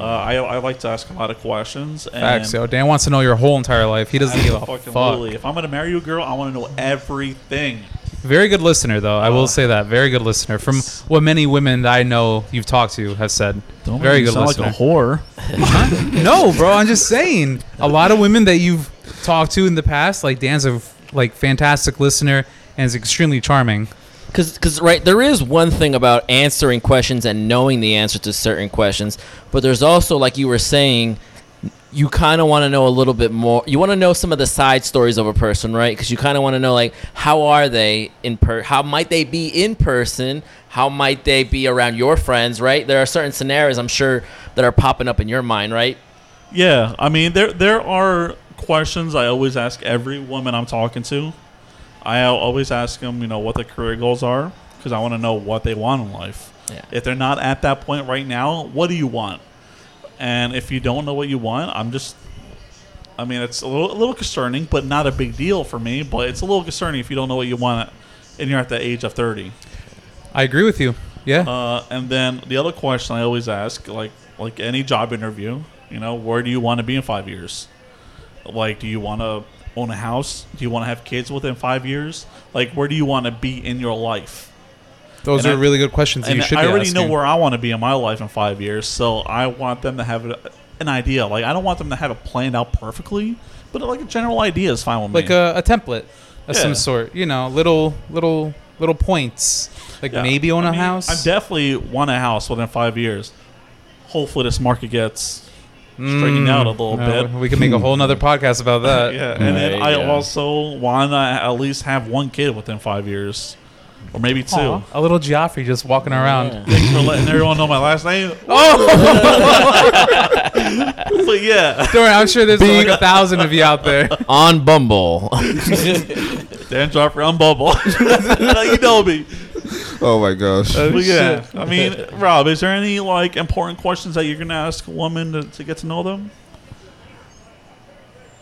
S1: Uh, I, I like to ask a lot of questions. And
S2: Facts. Yo, Dan wants to know your whole entire life. He doesn't give a fuck.
S1: Absolutely. If I'm gonna marry you, girl, I want to know everything.
S2: Very good listener, though. I will
S1: Uh,
S2: say that. Very good listener. From what many women that I know you've talked to have said. Very good listener.
S1: whore.
S2: no, bro. I'm just saying. A lot of women that you've talked to in the past, like Dan's a like fantastic listener and is extremely charming.
S3: Cause, 'cause, right, there is one thing about answering questions and knowing the answer to certain questions, but there's also, like you were saying, you kind of want to know a little bit more. You want to know some of the side stories of a person, right? Because you kind of want to know, like, how are they in per? How might they be in person? How might they be around your friends, right? There are certain scenarios I'm sure that are popping up in your mind, right?
S1: Yeah, I mean there there are questions I always ask every woman I'm talking to. I always ask them, you know, what their career goals are because I want to know what they want in life.
S3: Yeah.
S1: If they're not at that point right now, what do you want? And if you don't know what you want, I'm just I mean, it's a little, a little concerning, but not a big deal for me, but it's a little concerning if you don't know what you want and you're at the age of 30.
S2: I agree with you. Yeah.
S1: Uh, and then the other question I always ask, like like any job interview, you know, where do you want to be in five years? Like, do you want to own a house? Do you want to have kids within five years? Like, where do you want to be in your life?
S2: Those
S1: and
S2: are
S1: I-
S2: really good questions that
S1: And
S2: you should
S1: I
S2: be
S1: already know
S2: asking.
S1: where I want to be in my life in five years, so I want them to have a- an idea. Like, I don't want them to have it planned out perfectly, but like a general idea is fine with me.
S2: like a, a template of
S1: Yeah.
S2: some sort. You know, little little little points. Like
S1: Yeah.
S2: maybe own
S1: I
S2: a
S1: mean,
S2: house.
S1: I definitely want a house within five years. Hopefully, this market gets straightened out a little
S2: Mm. No,
S1: bit.
S2: Uh, We could make a whole nother podcast about that.
S1: yeah, and then
S3: Right,
S1: I
S3: yeah.
S1: also want to at least have one kid within five years, or maybe two.
S2: Aw, a little Geoffrey just walking around.
S3: Yeah.
S1: Thanks for letting everyone know my last name. Oh, but yeah,
S2: Don't worry, I'm sure there's like a thousand of you out there.
S3: On Bumble.
S1: Dan Joffrey on Bubble. you know me.
S4: Oh my gosh.
S1: But yeah, I mean, Rob, is there any like important questions that you're gonna ask a woman to, to get to know them?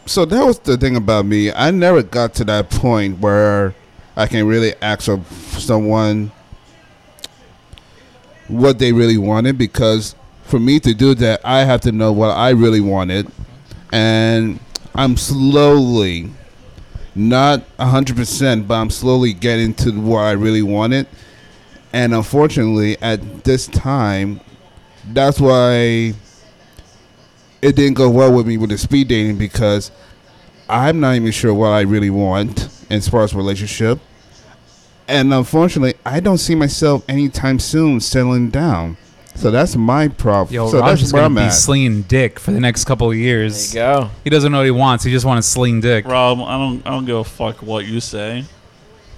S4: so that was the thing about me. I never got to that point where I can really ask of someone what they really wanted because for me to do that, I have to know what I really wanted, and I'm slowly, not hundred percent, but I'm slowly getting to what I really wanted, and unfortunately, at this time, that's why it didn't go well with me with the speed dating because I'm not even sure what I really want as far as relationship. And unfortunately, I don't see myself anytime soon settling down. So that's my problem.
S2: Yo,
S4: so
S2: Rob's
S4: that's
S2: just
S4: where
S2: gonna
S4: I'm
S2: be
S4: at.
S2: slinging dick for the next couple of years.
S3: go.
S2: He doesn't know what he wants. He just wants to sling dick.
S1: Rob, I don't, I don't give a fuck what you say.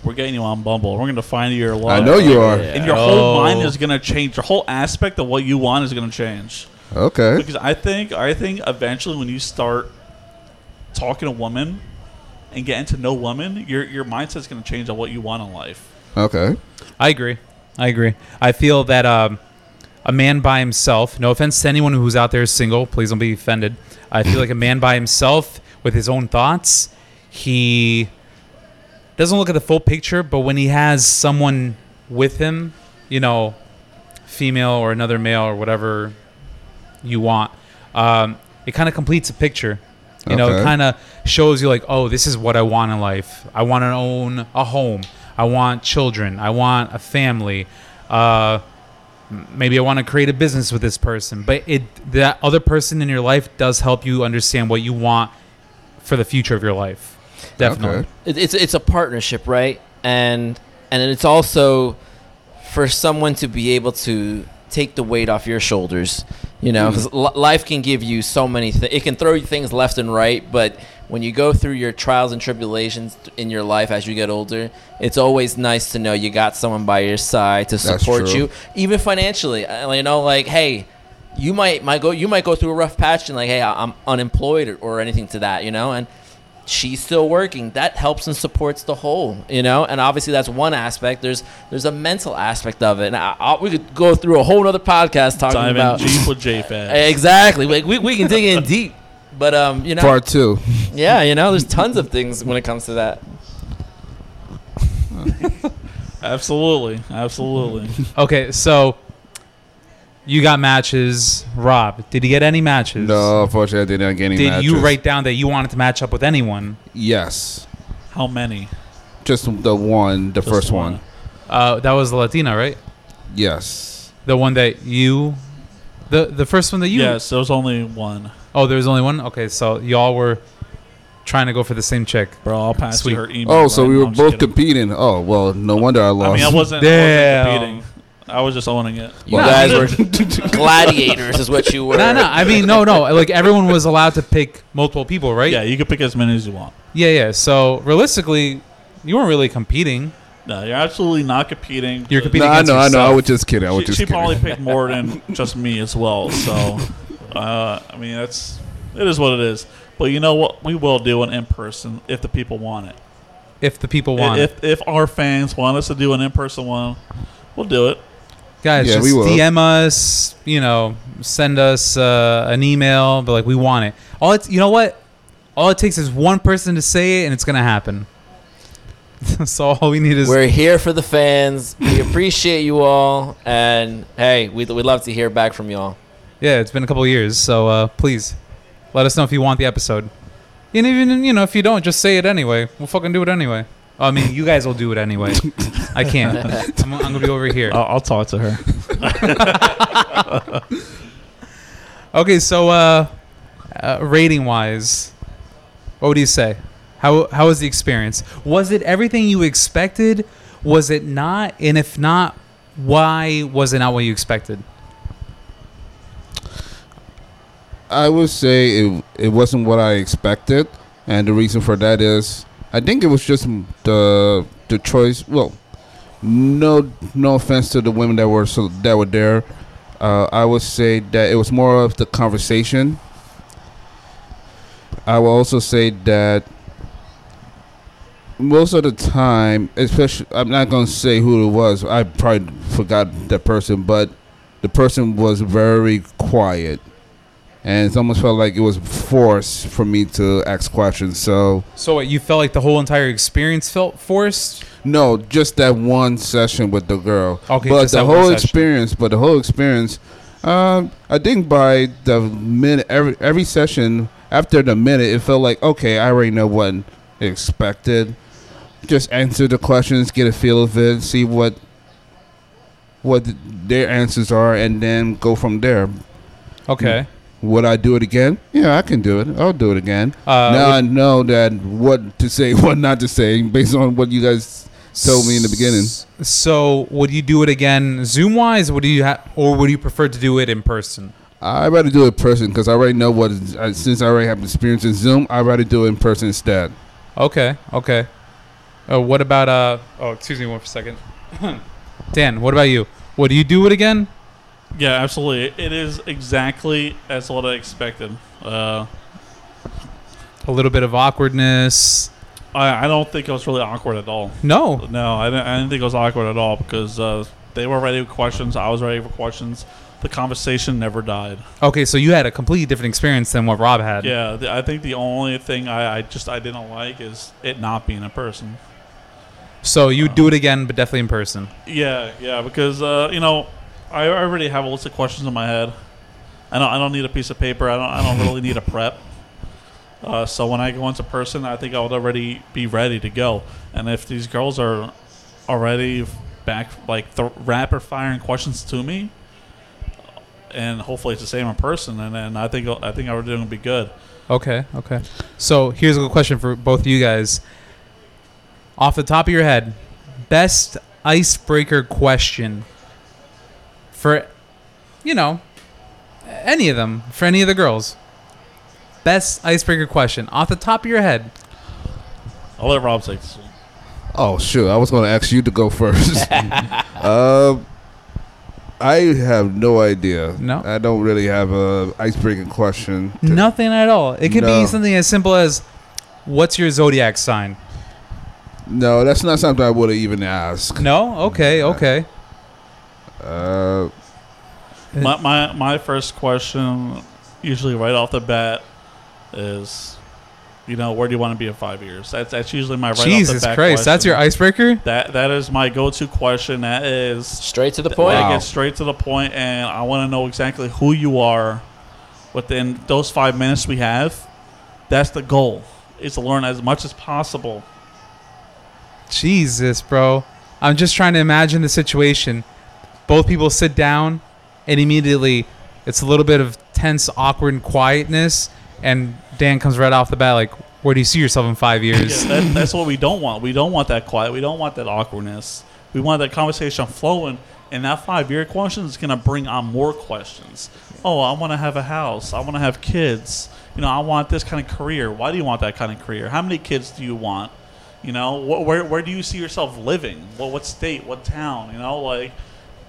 S1: We're getting you on Bumble. We're gonna find you your
S4: I
S1: love.
S4: know you are.
S3: Yeah.
S1: and your whole
S2: Oh.
S1: mind is gonna change. Your whole aspect of what you want is gonna change.
S4: Okay.
S1: Because I think I think eventually when you start talking to women and getting to know women, your your mindset's gonna change on what you want in life.
S4: Okay.
S2: I agree. I agree. I feel that um, a man by himself, no offense to anyone who's out there single, please don't be offended. I feel like a man by himself with his own thoughts, he doesn't look at the full picture, but when he has someone with him, you know, female or another male or whatever you want. Um, it kind of completes a picture. You know, it
S4: Okay.
S2: kind of shows you like, oh, this is what I want in life. I want to own a home. I want children. I want a family. Uh, m- maybe I want to create a business with this person. But it that other person in your life does help you understand what you want for the future of your life. Definitely.
S4: Okay.
S3: It- it's it's a partnership, right? And and it's also for someone to be able to take the weight off your shoulders, you
S4: Mm.
S3: know, because life can give you so many things. It can throw you things left and right, but when you go through your trials and tribulations th- in your life as you get older, it's always nice to know you got someone by your side to
S4: That's
S3: support
S4: true.
S3: you, even financially. I- You know, like hey. You might might go you might go through a rough patch and like hey I- I'm unemployed or, or anything to that you know and she's still working that helps and supports the whole you know and obviously that's one aspect there's there's a mental aspect of it and I, I, we could go through a whole other podcast talking
S1: Dive in
S3: about
S1: Jeep with JFAD.
S3: exactly like we, we can dig in deep but um you know
S4: Part two.
S3: yeah you know there's tons of things when it comes to that
S1: Absolutely, absolutely.
S2: Okay, so you got matches. Rob, did you get any matches?
S4: No, uh, unfortunately, I did not get any
S2: Did you
S4: matches.
S2: write down that you wanted to match up with anyone?
S4: Yes.
S1: How many?
S4: Just the one, the
S1: Just
S4: first one.
S2: Uh, that was the Latina, right?
S4: Yes.
S2: The one that you, the the first one that you.
S1: Yes, there was only one.
S2: Oh, there was only one. Okay, so y'all were trying to go for the same chick.
S1: Bro, I'll pass
S2: Sweet.
S1: you her email.
S4: Oh, so
S1: right
S4: we
S1: now.
S4: were
S1: I'm just
S4: both
S1: kidding.
S4: competing. Oh well, no wonder I
S1: I
S4: lost.
S1: mean, I wasn't, I
S2: Damn.
S1: wasn't competing. I was just owning it.
S3: you
S4: Well,
S3: guys were gladiators is what you were
S2: No, no. I mean, no, no. Like everyone was allowed to pick multiple people, right?
S1: Yeah, you can pick as many as you want.
S2: Yeah, yeah. So realistically, you weren't really competing.
S1: No, you're absolutely not competing.
S2: You're
S1: Uh,
S2: competing
S4: no, I
S2: against
S4: know, I know. I
S2: yourself.
S4: was just kidding. I was
S1: She,
S4: just
S1: she
S4: kidding.
S1: probably picked more than just me as well. So, uh, I mean, that's it is what it is. But you know what? We will do an in person if the people want it.
S2: If the people want, it.
S1: If if our fans want us to do an in person one, we'll do it.
S2: guys,
S4: Yeah,
S2: just
S4: we will.
S2: DM us. You know, send us uh, an email. But like, we want it. All it's you know what? All it takes is one person to say it, and it's gonna happen. so all we need is
S3: we're here for the fans we appreciate you all and hey we'd, we'd love to hear back from y'all
S2: Yeah, it's been a couple of years, so uh, please let us know if you want the episode. And even you know, if you don't, just say it anyway. We'll fucking do it anyway. I mean, you guys will do it anyway. I can't. I'm, I'm gonna be over here.
S1: I'll, I'll talk to her.
S2: Okay, so uh, uh, rating wise, what would you say? How how was the experience? Was it everything you expected? Was it not? And if not, why was it not what you expected?
S4: I would say it, it wasn't what I expected, and the reason for that is I think it was just m- the the choice. Well, no no offense to the women that were so that were there, uh, I would say that it was more of the conversation. I will also say that most of the time, especially I'm not gonna say who it was. I probably forgot the person, but the person was very quiet and it almost felt like it was forced for me to ask questions. So
S2: So what, you felt like the whole entire experience felt forced.
S4: no, just that one session with the girl.
S2: Okay,
S4: but
S2: just
S4: the
S2: that one
S4: whole
S2: session.
S4: experience, but the whole experience, um, I think by the minute every every session after the minute, it felt like okay, I already know what expected. Just answer the questions, get a feel of it, see what what their answers are, and then go from there.
S2: Okay.
S4: Would I do it again? Yeah, I can do it. I'll do it again.
S2: Uh,
S4: now
S2: would-
S4: I know that what to say, what not to say, based on what you guys told me in the beginning.
S2: S- So would you do it again Zoom wise? Would you ha- or would you prefer to do it in person?
S4: I'd rather do it in person because I already know what. Is, uh, since I already have experience in Zoom, I'd rather do it in person instead.
S2: Okay, okay. Uh, what about uh? Oh, excuse me, one for a second. Dan, what about you? Would you do it again?
S1: Yeah, absolutely. It is exactly as what I expected. Uh,
S2: A little bit of awkwardness.
S1: I, I don't think it was really awkward at all.
S2: No.
S1: No, I didn't, I didn't think it was awkward at all because uh, they were ready with questions. I was ready for questions. The conversation never died.
S2: Okay, so you had a completely different experience than what Rob had.
S1: Yeah, the, I think the only thing I, I just I didn't like is it not being in person.
S2: So you'd do it again, but definitely in person.
S1: Yeah, yeah, because uh, you know I already have a list of questions in my head. I don't. I don't need a piece of paper. I don't. I don't really need a prep. Uh, so when I go into person, I think I would already be ready to go. And if these girls are already back, like th- rapid firing questions to me, and hopefully it's the same in person, and then I think I think everything will be good.
S2: Okay, okay. So here's a good question for both of you guys. Off the top of your head, best icebreaker question for, you know, any of them, for any of the girls. Best icebreaker question off the top of your head.
S1: I'll let Rob take this. one.
S4: Oh, sure. I was going to ask you to go first. um, I have no idea.
S2: No?
S4: I don't really have a icebreaking question. to-
S2: Nothing at all. It could
S4: No.
S2: be something as simple as, "What's your zodiac sign?"
S4: No, that's not something I would have even asked.
S2: No. Okay. Okay.
S4: Uh,
S1: My, my my first question, usually right off the bat, is, you know, where do you want to be in five years? That's that's usually my right off
S2: Jesus
S1: the
S2: Christ,
S1: bat
S2: that's your
S1: question.
S2: icebreaker.
S1: that that is my go to question. That is
S3: Straight to the
S1: Boy,
S3: point.
S1: I
S4: Wow.
S1: get straight to the point, and I want to know exactly who you are within those five minutes we have. That's the goal: is to learn as much as possible.
S2: Jesus, bro. I'm just trying to imagine the situation. Both people sit down, and immediately it's a little bit of tense, awkward quietness. And Dan comes right off the bat, like, "Where do you see yourself in five years?"
S1: Yeah, that, that's what we don't want. We don't want that quiet. We don't want that awkwardness. We want that conversation flowing. And that five year question is going to bring on more questions. Oh, I want to have a house. I want to have kids. You know, I want this kind of career. Why do you want that kind of career? How many kids do you want? You know, wh- where, where do you see yourself living? What, what state? What town? You know, like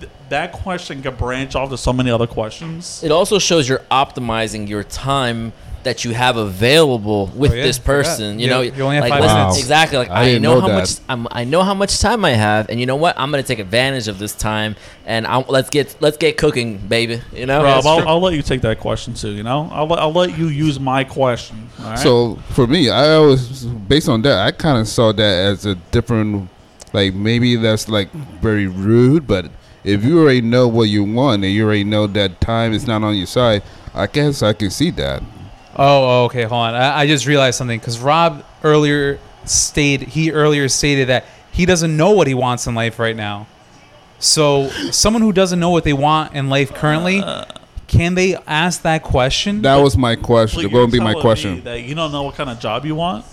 S1: th- that question could branch off to so many other questions.
S3: It also shows you're optimizing your time that you have available with
S2: Oh, yeah,
S3: this
S2: I forgot.
S3: person. You
S2: You-
S3: know,
S2: you only have
S3: like,
S2: five
S3: listen,
S4: minutes.
S3: Exactly. Like
S4: I
S3: I,
S4: didn't
S3: know,
S4: know
S3: how
S4: that.
S3: much I'm, I know how much time I have, and you know what? I'm gonna take advantage of this time, and I'm, let's get let's get cooking, baby. You know,
S1: Rob,
S2: that's
S1: I'll,
S2: true.
S1: I'll let you take that question too. You know, I'll, let- I'll let you use my question. all right?
S4: So for me, I always based on that, I kind of saw that as a different, like maybe that's like very rude, but if you already know what you want and you already know that time is not on your side, I guess I can see that.
S2: Oh, oh, okay, hold on. I, I just realized something because Rob earlier stated he earlier stated that he doesn't know what he wants in life right now. So, someone who doesn't know what they want in life currently, can they ask that question?
S4: That was my question.
S1: But
S4: Going to be
S1: you're
S4: my
S1: telling me
S4: question.
S1: that you don't know what kind of job you want.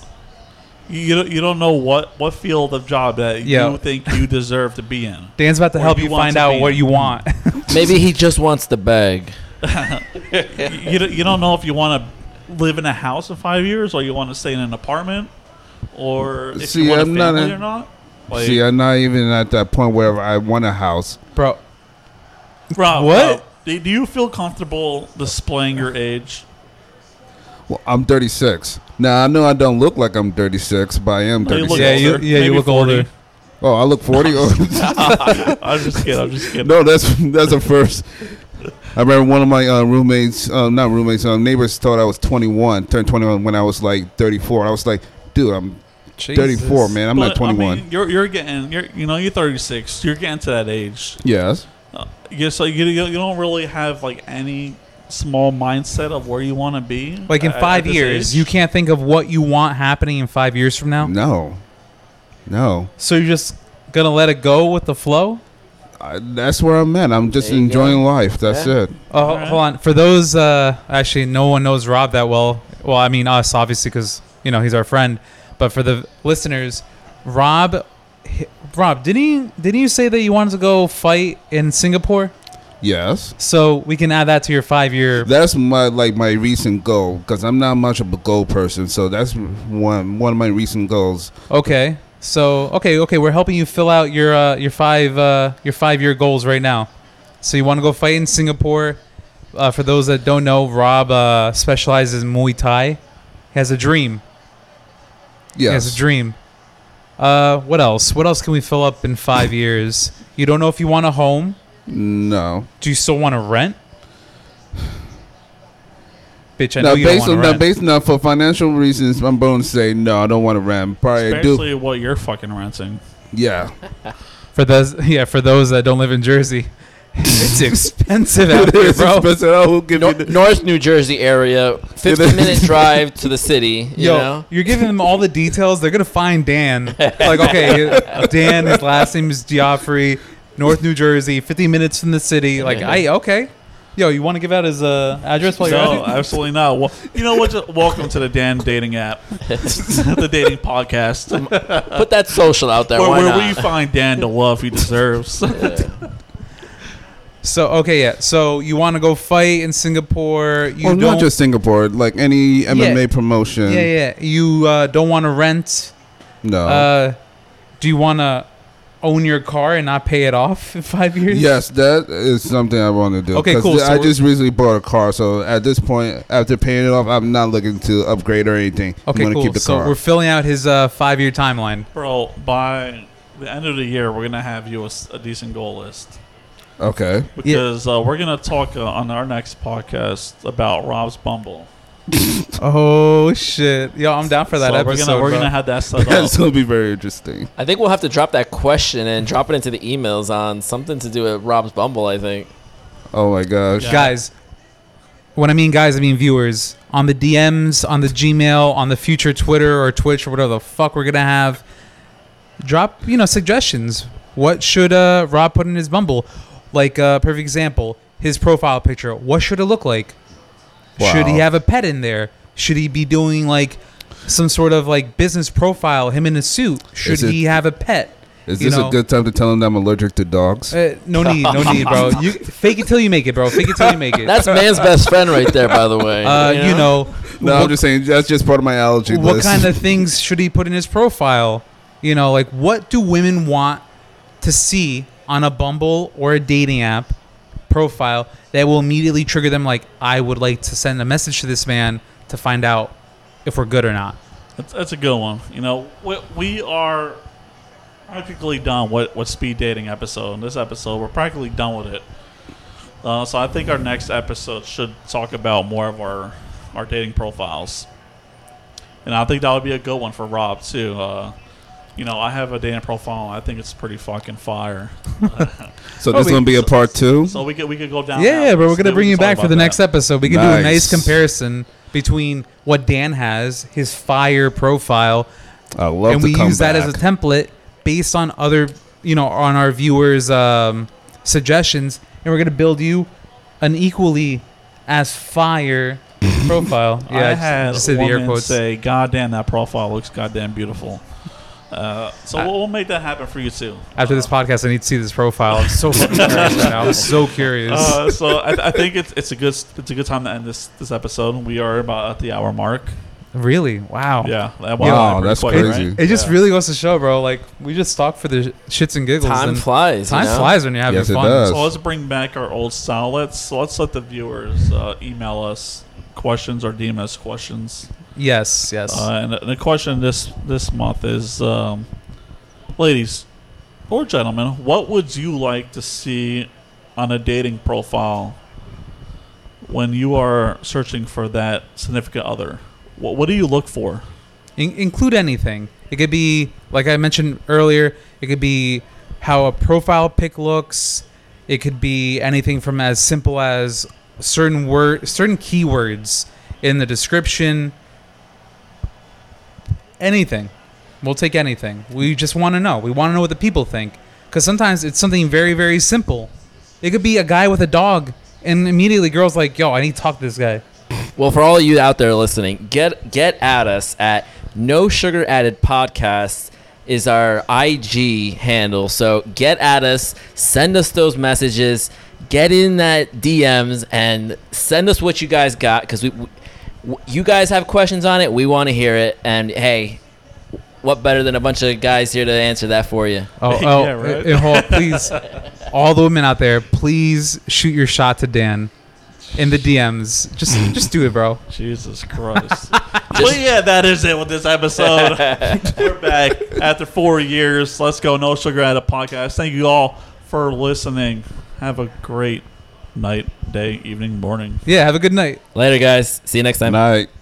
S1: You, you don't you don't know what what field of job that
S2: Yeah.
S1: you think you deserve to be in.
S2: Dan's about to
S1: Or
S2: help
S1: you
S2: you
S1: want
S2: find
S1: to
S2: out
S1: be. Hmm.
S2: what you want.
S3: maybe he just wants the bag.
S1: You- you don't, you don't know if you want to live in a house in five years or you want to stay in an apartment or if
S4: See,
S1: you want
S4: I'm
S1: a
S4: not
S1: family
S4: a-
S1: or not. Like,
S4: See, I'm not even at that point where I want a house.
S2: Bro,
S1: Rob,
S2: What?
S1: Rob, do do you feel comfortable displaying your age?
S4: Well, I'm 36. Now I know I don't look like I'm 36, but I am
S1: No, you
S4: 36.
S1: look
S2: yeah, you,
S1: older.
S2: yeah, you
S1: Maybe
S2: look
S1: 40.
S2: older.
S4: Oh, I look 40. Oh,
S1: I'm just kidding. I'm just kidding.
S4: No, that's that's a first. I remember one of my uh, roommates, uh, not roommates, um, neighbors thought I was 21, turned 21 when I was like 34. I was like, dude, I'm 34, man. I'm not
S1: But, I mean,
S4: 21.
S1: you're, you're getting, you're, you know, you're 36. You're getting to that age.
S4: yes.
S1: Uh, yeah, so you, you you don't really have like any small mindset of where you want to be.
S2: Like in
S1: at- at
S2: five
S1: this
S2: years,
S1: age?
S2: you can't think of what you want happening in five years from now.
S4: No. No.
S2: So you're just gonna let it go with the flow.
S4: I, that's where I'm at. I'm just
S3: There you
S4: enjoying life. That's
S3: Yeah.
S4: it.
S2: Oh,
S1: All right.
S2: hold on. For those, uh, actually, no one knows Rob that well. Well, I mean us, obviously, because you know he's our friend. But for the listeners, Rob, hi- Rob, didn't he, didn't you say that you wanted to go fight in Singapore?
S4: Yes.
S2: So we can add that to your five-year.
S4: That's my like my recent goal because I'm not much of a goal person. So that's one one of my recent goals.
S2: Okay. So okay, okay, we're helping you fill out your uh, your five uh, your five year goals right now. So you want to go fight in Singapore? Uh, for those that don't know, Rob uh, specializes in Muay Thai. He has a dream. He has
S4: Yes.
S2: a dream. Uh, what else? What else can we fill up in five years? You don't know if you want a home.
S4: No.
S2: Do you still want to rent? Bitch, I know
S4: Now
S2: you don't
S4: based
S2: want to
S4: on now
S2: rent.
S4: based now for financial reasons, I'm going to say no. I don't want to rent. Probably I do.
S1: especially what you're fucking renting.
S4: Yeah.
S2: For those, yeah, for those that don't live in Jersey, It's expensive out here,
S4: it's
S2: bro.
S4: expensive. Oh, who give
S3: Nor-
S4: me the,
S3: North New Jersey area, 15 minute drive to the city. You
S2: Yo,
S3: know,
S2: you're giving them all the details. They're gonna find Dan. Like, okay, Dan. His last name is Geoffrey, North New Jersey, 50 minutes from the city. Like, I okay. Yo, you want to give out his uh, address while you're
S1: No,
S2: at it?
S1: absolutely not. Well, you know what? Just welcome to the Dan dating app, the dating podcast, where,
S3: put that social out there. Um, uh, Why
S1: where we
S3: not?
S1: find Dan the love he deserves.
S2: So okay, yeah. So you want to go fight in Singapore? You
S4: well,
S2: don't.
S4: not just Singapore, like any MMA promotion.
S2: yeah, yeah. You uh, don't want to rent.
S4: No.
S2: Uh, do you want to own your car and not pay it off in five years?
S4: Yes, that is something I want to do.
S2: Okay,
S4: 'Cause
S2: cool.
S4: th-
S2: So
S4: I
S2: we're-
S4: just recently bought a car, so at this point, after paying it off, I'm not looking to upgrade or anything.
S2: Okay,
S4: I'm gonna
S2: cool.
S4: keep the
S2: so
S4: car.
S2: we're filling out his uh, five-year timeline.
S1: Bro, by the end of the year, we're gonna have you a, s- a decent goal list
S4: okay.
S1: because uh, we're gonna talk uh, on our next podcast about Rob's Bumble.
S2: Oh shit, yo, I'm down for that
S1: So we're
S2: episode.
S1: gonna we're
S2: bro.
S1: gonna have that set up.
S4: That's going to be very interesting.
S3: I think we'll have to drop that question and drop it into the emails on something to do with Rob's Bumble. I think.
S4: Oh my gosh.
S1: Yeah.
S2: guys. When I mean guys, I mean viewers on the DMs, on the Gmail, on the future Twitter or Twitch or whatever the fuck we're gonna have. Drop you know suggestions. What should uh, Rob put in his Bumble? Like uh, perfect example, his profile picture. What should it look like? Should he
S4: Wow.
S2: have a pet in there? Should he be doing like some sort of like business profile? Him in a suit. Should
S4: Is it-
S2: he have a pet?
S4: Is
S2: You
S4: this
S2: know.
S4: a good time to tell them I'm allergic to dogs?
S2: Uh, no need, no need, bro. You fake it till you make it, bro. Fake it till you make it.
S3: That's man's best friend right there, by the way.
S2: Uh, you know, what,
S4: no, I'm just saying that's just part of my allergy
S2: what
S4: list.
S2: kind of things should he put in his profile? You know, like what do women want to see on a Bumble or a dating app profile that will immediately trigger them? Like, I would like to send a message to this man to find out if we're good or not.
S1: That's, that's a good one. You know, we, we are practically done with, with speed dating episode. In this episode, we're practically done with it. Uh, so I think our next episode should talk about more of our our dating profiles, and I think that would be a good one for Rob too. Uh, you know, I have a dating profile. and I think it's pretty fucking fire.
S4: so this
S2: we-
S4: going to be a part two?
S1: So we could we could go down. that.
S2: Yeah, but we're
S1: So
S2: gonna
S1: we
S2: bring
S1: can
S2: you
S1: talk
S2: back for
S1: about
S2: the
S1: that.
S2: next episode. We can do a nice
S4: Nice.
S2: comparison between what Dan has, his fire profile,
S4: I love
S2: and
S4: to
S2: we
S4: come
S2: use that as a
S4: back.
S2: template based on other you know on our viewers um, suggestions and we're gonna build you an equally as fire profile yeah
S1: I
S2: just-
S1: had
S2: just
S1: a
S2: did the air
S1: woman
S2: quotes.
S1: say, "God damn, that profile looks goddamn beautiful." Uh, so
S2: I-
S1: we'll, we'll make that happen for you too.
S2: after
S1: uh,
S2: this podcast i need to see this profile i'm so fucking curious right now i'm so curious
S1: Uh, so I, I think it's it's a good it's a good time to end this this episode. We are about at the hour mark.
S2: really wow
S1: Yeah, that went
S4: Wow,
S1: pretty
S4: that's
S1: quick,
S4: crazy.
S1: right?
S2: it just
S1: Yeah.
S2: really goes to show bro like we just talk for the shits and giggles
S3: time
S2: and
S3: flies.
S2: time
S3: you know?
S2: flies when you're having
S4: Yes, it
S2: fun
S4: does.
S1: So let's bring back our old style. Let's let's let the viewers uh, email us questions or DM us questions.
S2: yes yes
S1: Uh, and, the- the question this this month is, um, ladies or gentlemen, what would you like to see on a dating profile when you are searching for that significant other? What, what do you look for?
S2: In- include anything. It could be, like I mentioned earlier, it could be how a profile pic looks. It could be anything from as simple as certain word, certain keywords in the description. Anything, we'll take anything. We just want to know. We want to know what the people think, because sometimes it's something very, very simple. It could be a guy with a dog, and immediately girls like, "Yo, I need to talk to this guy."
S3: Well, for all of you out there listening, get get at us at No Sugar Added Podcast is our IG handle. So get at us, send us those messages, get in that DMs, and send us what you guys got because we, we you guys have questions on it. We want to hear it, and hey. What better than a bunch of guys here to answer that for you?
S2: Oh,
S1: Yeah,
S2: oh
S1: right.
S2: and hold- please, all the women out there, please shoot your shot to Dan in the DMs. Just, just do it, bro.
S1: Jesus Christ. well, yeah, that is it with this episode. We're back after four years. Let's go. No Sugar at a podcast. Thank you all for listening. Have a great night, day, evening, morning.
S2: Yeah, have a good night.
S3: Later, guys. See you next time.
S4: Night.